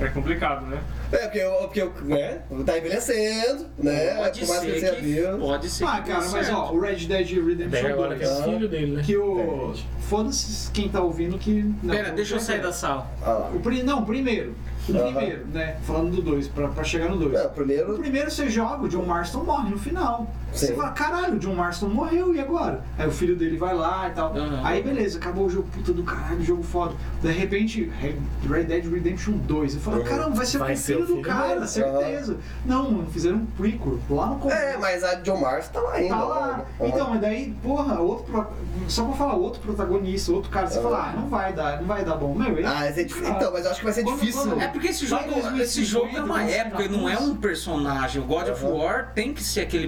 É complicado, né? É, porque eu, porque eu, né? Tá envelhecendo, né? Pode Por mais ser que você que- viu. Pode ser Ah, que cara, dê mas certo. ó, o Red Dead Redemption Daí agora que 2. é o filho dele, né? Que o. Foda-se quem tá ouvindo que. não, Pera, não deixa eu tem sair ideia. da sala. Ah lá. O pri... Não, o primeiro. O Aham. primeiro, né? Falando do dois, pra, pra chegar no dois. É, o O primeiro. primeiro você joga, o John Marston morre no final. Você Sim. fala, caralho, o John Marston morreu, e agora? Aí o filho dele vai lá e tal. Aham. Aí beleza, acabou o jogo, puta do caralho, jogo foda. De repente, Red Red Dead Redemption 2. Eu falo, Aham. caramba, vai ser Vai o ser filho o do filho cara, dele. certeza. Não, mano, fizeram um prequel lá no começo. É, mas a John Mars tá lá ainda. Tá lá. né? Então, mas daí, porra, outro. pro- Só pra falar, outro protagonista, outro cara, você Aham. fala, ah, não vai dar, não vai dar bom. Meu, ele- Ah, mas é difícil. Então, mas eu acho que vai ser Quando- difícil. quando- É porque esse Só jogo, 2050, esse jogo é uma 2050, época, não é um personagem. O God of Aham. War tem que ser aquele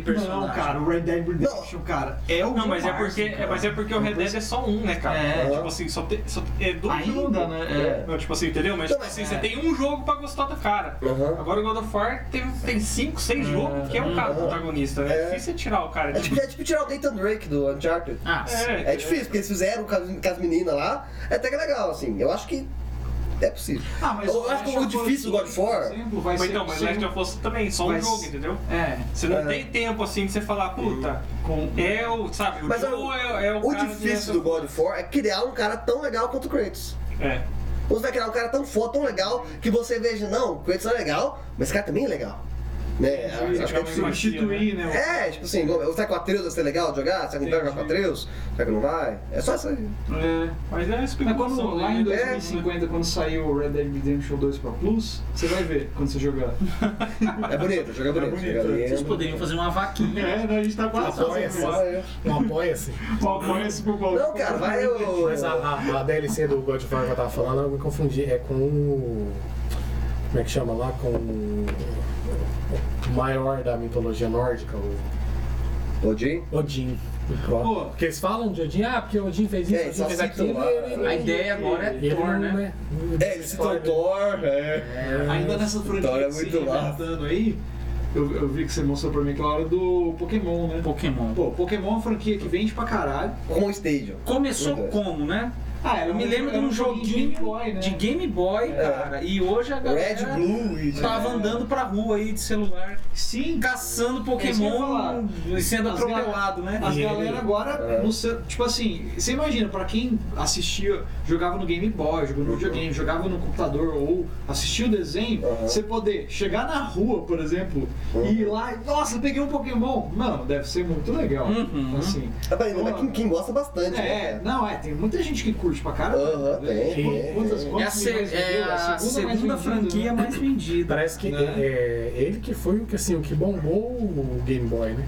Não, personagem. cara, o Red Dead Redemption, cara, é o Não, John mas é Marston, porque, é, cara. mas é porque o Red Dead é só um, né, cara? É. Tipo assim, só tem. Só, é do Ainda, jogo. né? É. É. Não, tipo assim, entendeu? Mas Então, tipo mas- assim, você tem um jogo pra gostar do cara. Aham. Agora o God of War tem, tem cinco, seis jogos que é um cara protagonista, né? É. É difícil você tirar o cara. É de- tipo, tipo, é tipo tirar o Nathan Drake do Uncharted. Ah, sim. É difícil, porque eles fizeram com as, com as meninas lá. É até que legal, assim. Eu acho que é possível. Ah, mas Eu acho que o Last of difícil do God of Us, War- por exemplo, vai Mas ser então, mas possível- Last of Us também, só um Mas- jogo, entendeu? É, Você não É. tem tempo assim de você falar, puta, com... é o, sabe, o Mas olha, Joel é, é o, O cara de Last difícil do of God of War é criar um cara tão legal quanto o Kratos. Us. É. Ou você vai criar um cara tão foda, tão legal, que você veja, não, o Kratos é legal, mas esse cara também é legal. Né? Acho que é Legal, possível. substituir, né? É, tipo assim, será que o Atreus vai ser legal de jogar? Será que não vai jogar com o Atreus? Será que não vai? É só isso aí. É. Mas é a Mas especulação. quando, né? lá em É. 2050, quando saiu o Red Dead Redemption 2 pra Plus, você vai ver quando você jogar. É bonito, joga bonito. bonito, joga né? bonito. Vocês poderiam fazer uma vaquinha. É, né, a gente tá quase Apoia-se. é. Não apoia-se. Apoia-se pro Paulo. Não, cara, vai o. Mas a, ah, a- a DLC do God of War que eu tava falando, eu me confundi. É com o. Como é que chama lá? Com o. o maior da mitologia nórdica, o Odin? Odin. Pô. Porque eles falam de Odin, ah, porque Odin fez É, isso, só Odin fez citam aquilo. lá. ele- ele- A ideia agora ele é Thor, não né? é- É, ele citou o Thor, é. Ainda tá nessa franquia Então, é que se muito lá. inventando aí, Eu, eu vi que você mostrou pra mim aquela hora do Pokémon, né? Pokémon. Pô, Pokémon é uma franquia que vende pra caralho. Com o Stadium. Começou como, né? Ah, era Eu me um- lembro de era um joguinho Game Boy, né? de Game Boy, cara. E hoje a galera É. Red, Blue e... tava andando pra rua aí de celular, Sim, caçando É isso que eu ia falar. Pokémon e sendo As atropelado, né? As E galera ele- agora, no seu- tipo assim, você imagina, pra quem assistia, jogava no Game Boy, jogava no videogame, jogava no computador ou assistia o desenho, Uhum. você poder chegar na rua, por exemplo, e ir lá e, nossa, peguei um Pokémon. Mano, deve ser muito legal. Uhum. Assim. Ah, peraí, mas Pô. quem, quem gosta bastante, né? É, cara? não, é, tem muita gente que curte pra caralho. Aham, tem, Quantas- quantas- tem, tem. É a, quantos se- milhões é vendeu? a mais segunda vendida, franquia né? mais vendida. Parece que Né? é, ele que foi o que, assim, o que bombou o Game Boy, né?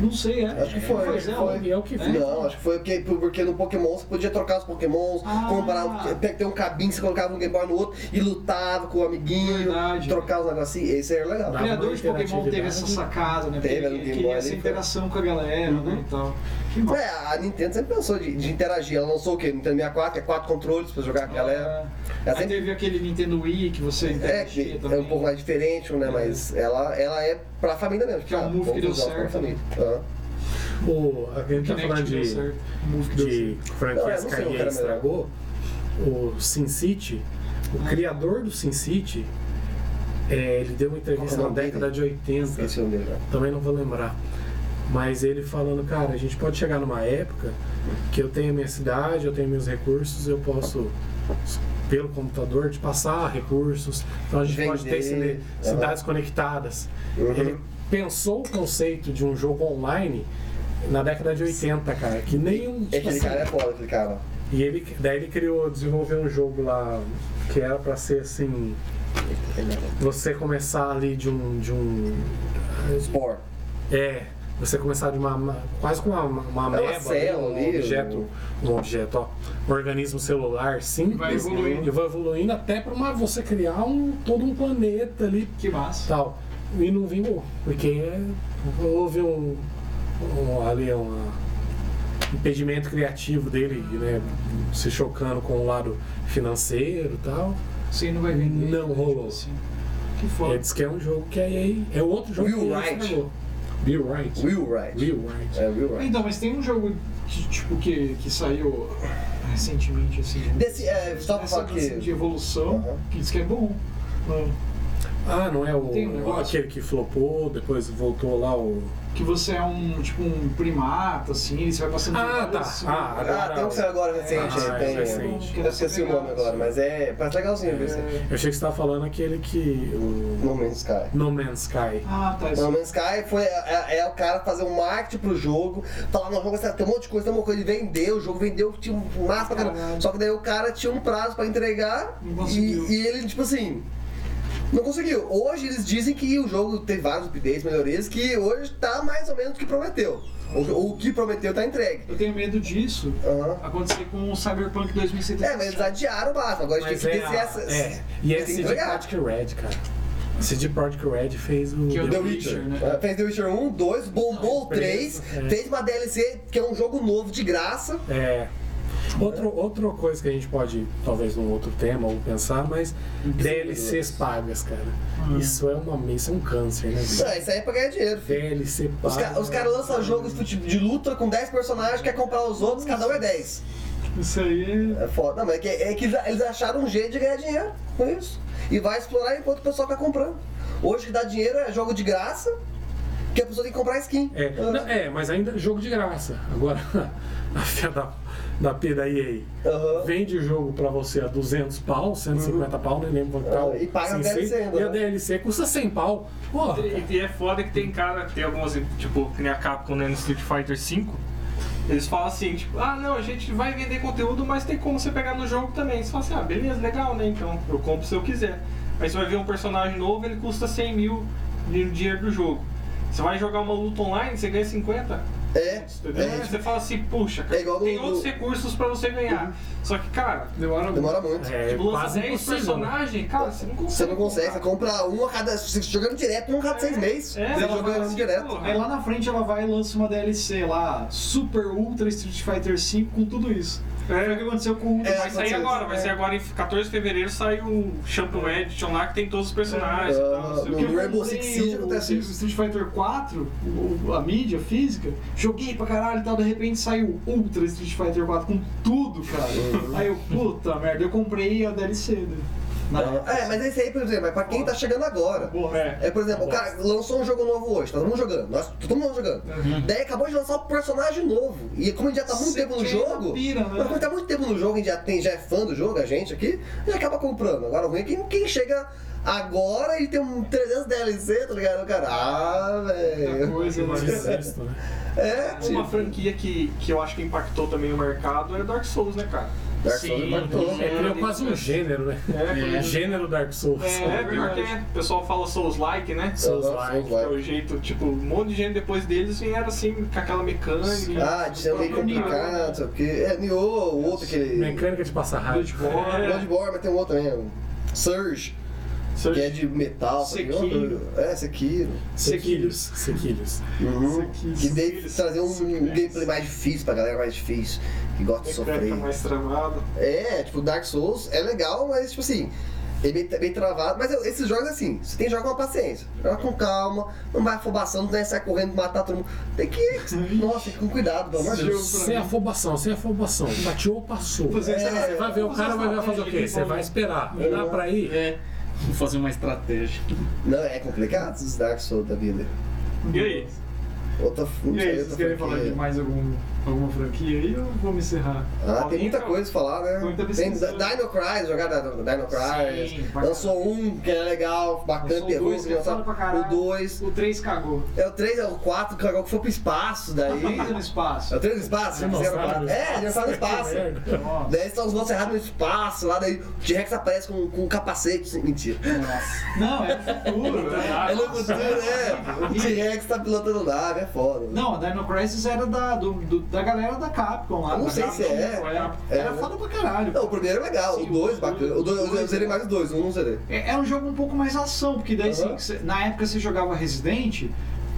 Não sei, é. Acho que foi, Pois acho que é, foi. E é o que fez. Não, acho que foi porque, porque no Pokémon você podia trocar os Pokémons, Ah. comprar, pe- ter um cabinho que você colocava um Game Boy no outro e lutava com o amiguinho, Verdade. trocar os negocinhos. Esse era legal. O Dá criador uma de Pokémon teve essa sacada, né? Teve, Porque no ele Game queria Boy essa ali foi. Uhum. interação com a galera, né? E tal. Que massa. É, a Nintendo sempre pensou de, de interagir. Ela lançou o quê? Nintendo 64, é quatro controles pra jogar com a galera. Ela Ah, Aí sempre. teve aquele Nintendo Wii que você É, interagia que também. é um pouco mais diferente, né? Mas ela, ela é pra família mesmo. Que é um Ah, move que vamos deu usar pra certo, né? família. Ah. O, a gente tá Kinect falando deu né? de, certo. Move que deu de Não, eu franquias não que sei a o é que EA era estragou. O Sin City, o Ah. criador do Sin City, é, ele deu uma entrevista Qual na que é o nome década de 80. Esqueci o nome dele. né? também não vou lembrar. Mas ele falando, cara, a gente pode chegar numa época que eu tenho a minha cidade, eu tenho meus recursos, eu posso, pelo computador, te passar recursos. Então a gente pode ter Vender, é. cine- aham. cidades conectadas. Uhum. Ele pensou o conceito de um jogo online na década de 80, cara, que nenhum. tipo É aquele assim, cara é foda, aquele cara. E ele, daí ele criou, desenvolveu um jogo lá que era pra ser assim. Você começar ali de um. De um Spore. é, você começar de uma. uma- quase com uma, uma uma ameba, célula um ali, objeto, um objeto, ó, um organismo celular simples. Vai evoluindo. E vai evoluindo até para uma, você criar um, todo um planeta ali certo. Que massa. tal. E não vingou, porque é, houve um, um- ali um ah, impedimento criativo dele, né? Se chocando com o lado financeiro e tal. Você não vai vender. Não rolou. Assim. Que Ele foda. disse que é um jogo que aí é outro jogo Will que ele Wright. estragou. Will Wright. Will Wright. Will Wright. É, Will Wright. Então, mas tem um jogo que, tipo, que, que saiu recentemente, assim. Desse, é, só pra essa falar lance de que. evolução, Aham. que diz que é bom. né? Ah, não é o Tem um negócio? aquele que flopou, depois voltou lá o. Que você é um, tipo, um primata, assim, e você vai passando por Ah, várias, tá. assim, Ah, Ah, agora. tem um que saiu agora recente. Ah, tem, é recente. que Eu deve esqueci ser o nome legal, agora, assim. mas é. Parece legalzinho, viu? É... Eu achei que você tava falando aquele que. O... No Man's Sky. No Man's Sky. Ah, tá. No Isso. Man's Sky foi, é, é o cara fazer um marketing pro jogo, falar, não, jogo tem um monte de coisa, tem uma coisa, ele vendeu, o jogo vendeu, tinha um massa pra caramba. Caralho. Só que daí o cara tinha um prazo pra entregar Não e, conseguiu. e ele, tipo assim. Não conseguiu. Hoje eles dizem que o jogo tem vários updates, melhorias, que hoje tá mais ou menos o que prometeu. O, o que prometeu tá entregue. Eu tenho medo disso Aham. acontecer com o Cyberpunk 2077. É, mas eles adiaram o máximo. Agora a gente Mas tem que é, ter a- essa. é. E é tem que CD entregar. Projekt Red, cara. CD Projekt Red fez o. Que eu The dei- Witcher, Witcher, né? É, Fez The Witcher 1, 2, bombou o 3, é. fez uma DLC que é um jogo novo de graça. É. Outro, outra coisa que a gente pode, talvez num outro tema, ou pensar, mas DLCs pagas, cara. Isso é uma isso é um câncer, né? bicho? Ah, isso aí é pra ganhar dinheiro. filho. DLC Os, paga. ca- os caras lançam jogos de fute- de luta com 10 personagens, quer comprar os outros, cada um é 10. Isso aí é. É foda, não, mas é que, é que eles acharam um jeito de ganhar dinheiro com isso. E vai explorar enquanto o pessoal tá comprando. Hoje que dá dinheiro é jogo de graça, que a pessoa tem que comprar skin. É, não, é, mas ainda jogo de graça. Agora, a fé da, da P da EA Aham. vende o jogo pra você a 200 pau, 150 pau, nem lembro quanto tá. Ah, o e paga a Sensei, DLC ainda, E a né? DLC custa 100 pau. Porra, cara. E, e é foda que tem cara, tem algumas, tipo, que nem a Capcom né, no Street Fighter V. Eles falam assim, tipo, ah não, a gente vai vender conteúdo, mas tem como você pegar no jogo também. Você fala assim, ah, beleza, legal, né? Então, eu compro se eu quiser. Aí você vai ver um personagem novo, ele custa 100 mil de dinheiro do jogo. Você vai jogar uma luta online, você ganha 50. É, Entendeu? é, você fala assim, puxa, cara, É igual do- tem outros do- Uhum. recursos pra você ganhar. Só que, cara, Demora muito. demora muito. é tipo, lança quase 10 impossível. né? personagens, cara, você não consegue. Você não consegue, você compra um a cada. você Jogando direto, um a cada seis meses. É, você ela jogando fala assim, direto. pô, Aí lá na frente ela vai e lança uma DLC lá, Super Ultra Street Fighter V com tudo isso. Foi é, o que aconteceu com o Ultra. Vai sair agora, vai sair agora em 14 de fevereiro sai o Champion Edition lá que tem todos os personagens e tal. não sei o Ah, quê. Porque eu Rainbow comprei Six Siege o- acontece o Street Fighter 4, a mídia física, joguei pra caralho e tal, de repente saiu Ultra Street Fighter 4 com tudo, cara. Uhum. Aí eu, puta merda, eu comprei a DLC. né? Na época. É, mas esse aí, por exemplo, é pra quem tá chegando agora. Boa. É, por exemplo, o cara lançou um jogo novo hoje, tá todo mundo jogando, nós, todo mundo jogando. Daí acabou de lançar um personagem novo. E como a gente já tá muito Você tempo no queima jogo, pira, né? mas como tá muito tempo no jogo, a gente já, tem, já é fã do jogo, a gente aqui, e acaba comprando. Agora o ruim é quem, quem chega agora e tem um 300 DLC, tá ligado? O cara, ah, velho. Coisa, Mas mas... existo, né? É, Uma tipo, franquia que, que eu acho que impactou também o mercado é Dark Souls, né, cara? Dark Souls impactou. É, criou quase um gênero, né? É, O Gênero Dark Souls. é, pior que é. O pessoal fala Souls-like, né? Souls Souls-like. É o jeito, tipo, um monte de gente depois deles e era assim, com aquela mecânica. Ah, de ser meio complicado, não sei o quê. É, Nioh, o outro que ele. Mecânica de passar raiva. É. Bloodborne, mas tem um outro também. Surge, que é de metal. sabe? Sekiro. É, Sekiro. Sequilhos. Sequilhos. Uhum. Sekiro. Que deve Sekiro, trazer um Sekiro. gameplay mais difícil pra galera mais difícil, que gosta de sofrer. Mecânica mais travada. É, tipo, Dark Souls é legal, mas tipo assim, é bem, bem travado. Mas eu- esses jogos assim, você tem que jogar com paciência, joga com calma, não vai afobação, não vai sair correndo matar todo mundo. Tem que. Nossa, tem que ir com cuidado, pelo amor de Deus. Sem afobação, sem afobação. Bateou, passou. Fazer É. essa- Você vai ver o cara, vai vai fazer o quê? Você vai esperar. Dá pra ir? É, vou fazer uma estratégia. Não, é complicado esses Dark Souls da vida. E aí? Outra E não sei, aí, vocês outra querem falar franquia. de mais algum, alguma franquia aí ou vamos encerrar? Ah, tem Alguém muita tá- coisa pra falar, né? Muita tem pesquisa. D- Dino Crisis, jogada Dino Crisis. Sim, bacana. lançou um que é legal, bacana, Lançou o terror, dois, que é foda pra o caralho. 2. O 3 cagou. É o 3, é o 4, que agora que foi pro espaço daí. Três no É espaço. o 3 do espaço? Dinossauro Fizeram no quatro. É, dinossauro no espaço. Ó, Daí estão os monstros errados no espaço, lá daí o T-Rex aparece com, com um capacete. Sim, Mentira. Não, é o futuro, né? É loucura, né? O T-Rex tá pilotando nave, é foda. Não, a Dino Crisis era da, do- do- da galera da Capcom lá. Eu não da sei se Capcom, é. Era, É. era foda pra caralho. Não, o primeiro é legal, Sim, o 2 o bacana. dois- é O 2 o dois- eu zerei mais os dois, um não zerei. É, era um jogo um pouco mais ação, porque daí Aham. assim, cê- na época você jogava Resident,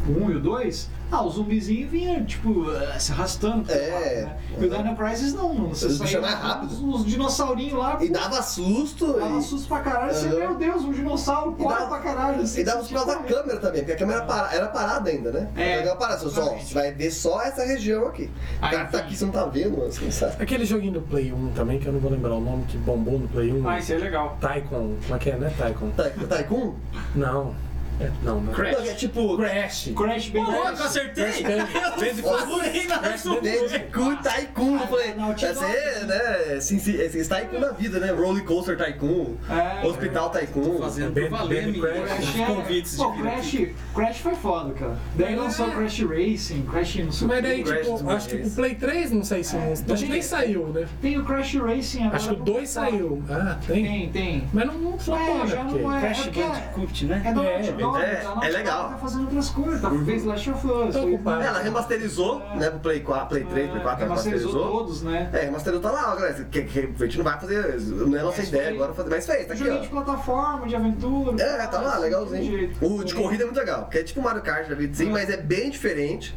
o 1 e o 2, ah, o zumbizinho vinha, tipo, ah, se arrastando. pro É. lado, né? E o Dino Crisis não, mano. Você Os bichos saía mais rápido. Os, os dinossaurinhos lá, E dava susto. dava e- susto pra caralho. Você, Aham. meu Deus, um dinossauro, E corre dava- pra caralho. assim, ah. E dava os você sinal da tinha- câmera também, porque a câmera para- era parada ainda, né? É, A câmera parada, você só, ó, você vai ver só essa região aqui. O Aí, cara tá aqui, você não tá vendo, mano, você não sabe. Aquele joguinho do Play 1 também, que eu não vou lembrar o nome, que bombou no Play 1. Ah, isso é legal. Tycoon. Como é que é, né? Tycoon. Ty- Tá, Tycoon? Não. É, não, não. Não, que é tipo, Crash. Crash É, bem Louco, acertei! Furei na Bandicoot Tycoon. Eu falei, Ah, não, vai te dou. ser, né? Sim, sim, esse esse Tycoon da vida, né? Roller Coaster Tycoon, É. Hospital Tycoon. Fazendo Ben- por valer, Ben menino. Crash. Os convites Pô, de vir aqui. Crash, Crash foi foda, cara. Daí lançou Crash Racing, Crash não sei o é- quê. Mas daí, tipo, acho que o Play 3, não sei se. Acho que nem saiu, né? Tem o Crash Racing agora. Acho que o pra 2 comprar. saiu. Ah, tem. Tem, tem. Mas não, não foi É, agora, já porque- não é. Crash é porque é- Bandicoot, né? É da É, Naughty Dog, a é- Naughty é Dog legal. Tá fazendo outras coisas, tá? Fez Last of Us. Tô fez- ocupado. Ela remasterizou, né? Pro Play 4, Play 3, Play 4, ela Remasterizou remasterizou. todos, né? É, remasterizou tá lá, ó, galera. Que, que- a gente não vai fazer, não é nossa Mas ideia foi- agora fazer, mas fez, tá aqui, Joguinho ó. de plataforma, de aventura. É, tá lá, assim, de legalzinho. jeito. O de corrida é muito legal, porque é tipo Mario Kart da vida, sim, mas é bem diferente.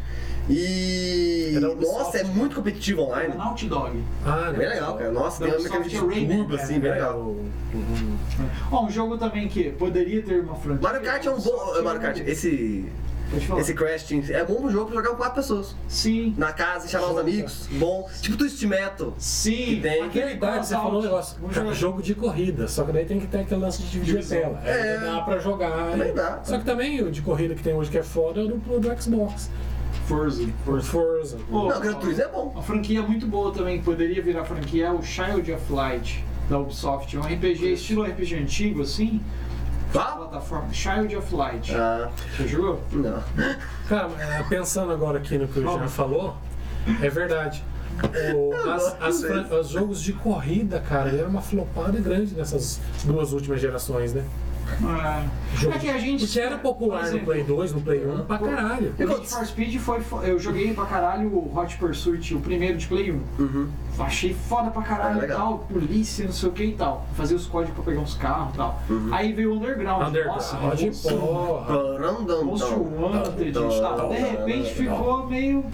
E. É da Ubisoft. Nossa, é muito competitivo É online. Naughty Dog. Ah, É bem legal, cara. Nossa, Da tem uma Ubisoft mecânica de é Rayman, turbo, né? assim, bem legal. Uhum. Ó, um jogo também que poderia ter uma franquia. Mario Kart é um bom. é, Mario Kart, esse. Pode falar. Esse Crash Team é bom um jogo pra jogar com quatro pessoas. Sim, Na casa, chamar os amigos. Bom. Tipo Twist Metal. sim. Que tem. Aquele Verdade, você Crash falou um Out. negócio. Vamos cara, jogar. jogo de corrida, só que daí tem que ter aquele lance de dividir a tela. É. É, dá pra jogar. Também dá. Só que também o de corrida que tem hoje que é foda é o do, do Xbox. Forza. Por Forza. Pô, Não, Gran Turismo é bom. Uma franquia muito boa também que poderia virar franquia é o Child of Light da Ubisoft. É um RPG, estilo RPG antigo, assim, Tá? plataforma. Child of Light. É. Ah, Você jogou? não. Cara, mas, é, pensando agora aqui no que o Jean falou, é verdade. O, as, as fran- os jogos de corrida, cara, era uma flopada grande nessas duas últimas gerações, né? É. É que a gente. Porque era popular Por né? no exemplo, Play 2, no Play 1, pra caralho. O Need for Speed foi. fo- Eu joguei pra caralho o Hot Pursuit, o primeiro de Play 1. Uhum. Achei foda pra caralho Ah, e legal. tal, polícia, não sei o que e tal. Fazer os códigos pra pegar uns carros e tal. Uhum. Aí veio o Underground. Nossa, Underground, Monster porra. Parandandão. Então, Monster Hunter, gente. Dão, tá? dão, De repente dão, dão. ficou meio.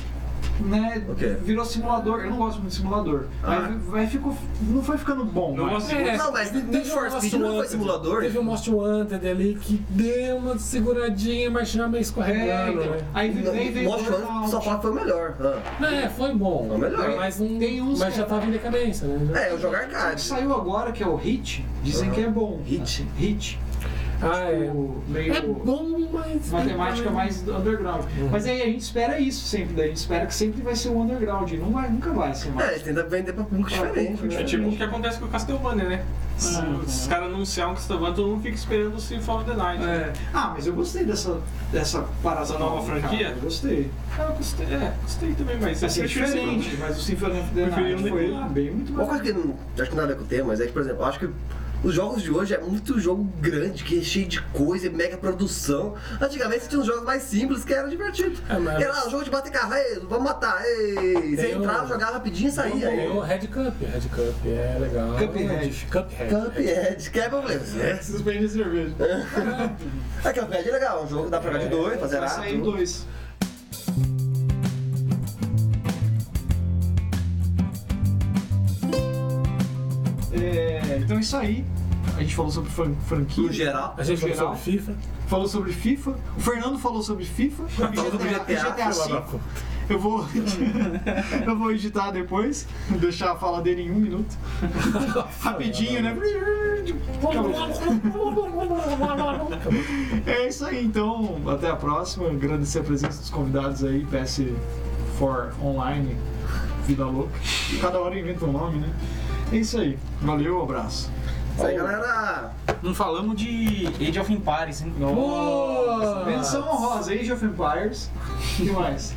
né, então, O quê? virou simulador. Eu não gosto muito de simulador. Ah. Mas, mas ficou, não foi ficando bom. Não mais. gosto de É. Não, mas Need Teve um for Speed não foi Wanted, simulador? Teve um Most Wanted ali que deu uma seguradinha, mas já meio É, escorregando, então. né? Aí vem, vem, vem Most Burnout. Wanted só fala que foi o melhor. Ah. Não, é, foi bom. Foi melhor. Mas, não, Tem uns mas que- já tava em decadência, né? É, eu jogar Só que arcade. saiu agora, que é o Hit, dizem que é bom. Hit? Hit. Ah, é. O meio... É bom, mas. Uma temática mais underground. Uhum. Mas aí a gente espera isso sempre, daí a gente espera que sempre vai ser o underground. Não vai, nunca vai ser É, mais. eles tentam vender pra público Pra diferente. público É né? tipo o que acontece com o Castlevania, né? Se os caras anunciaram um Castlevania, todo mundo fica esperando o Symphony of the Night. É. Ah, mas eu gostei dessa, dessa parada Essa nova franquia? cara, eu gostei. Ah, eu gostei, é, gostei também, mas Assim, é prefiro esse diferente, mas o Symphony of the Preferi Night um foi ah, decorrer. bem muito Uma bom. coisa que não, acho que nada a ver com o tema, mas é que, por exemplo, eu acho que os jogos de hoje é muito jogo grande, que é cheio de coisa, é mega produção. Antigamente você tinha uns jogos mais simples que era divertido. É, mas- Era lá, um jogo de bater carro, ei, vamos matar, ei. Você Tem um- entrava, jogava rapidinho e saía. É aí. o Red Cup, Red Cup é legal. Cuphead. Cuphead. Cuphead, que é problema. É. Suspende cerveja. É, Cuphead é legal, um jogo dá pra jogar de dois, fazer Vai É, sair rato. dois. É, então é isso aí. A gente falou sobre fran- franquia. No geral. A gente falou Geral. sobre FIFA. Falou sobre FIFA. O Fernando falou sobre FIFA. E Falou sobre GTA, GTA, GTA Filha da V. puta. Eu vou, eu vou editar depois, deixar a fala dele em um minuto. Rapidinho, né? É isso aí, então. Até a próxima. Agradecer a presença dos convidados aí, PS4 Online, Vida Louca. Cada hora inventa um nome, né? É isso aí. Valeu, abraço. Isso aí, galera. Não falamos de Age of Empires, hein? Menção honrosa, Age of Empires. O que mais?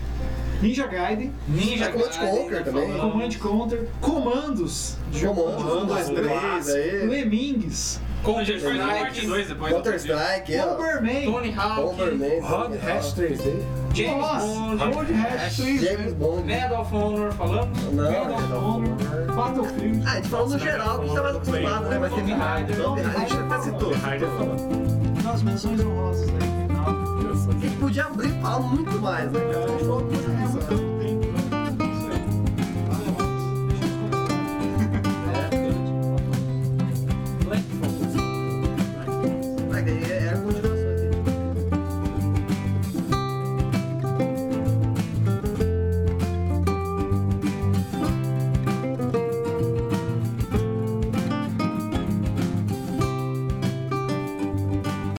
Ninja Gaiden, Ninja Command Gaiden, Conquer né, é também. falando. Command Counter, Commandos, Comando, um, dois, três, aí. Lemmings, A gente faz a parte 2 depois. né? Counter Strike, é. ó. Bomberman, Tony Hawk, Bomberman. Rod Hash 3D. James Nossa, Bond, Road Rash 3, James Bond. Né? Medal of Honor, falamos? Não, Medal of Honor, Battlefield. Ah, a gente falou no geral, que a gente tá mais acostumado, né? Mas teve Rider. Tomb Raider, a gente até citou. Harder falando. Nas menções honrosas aí, no final. Eu sou A gente podia abrir e falar muito mais, né? cara? A gente falou muito mais. né? É, assim.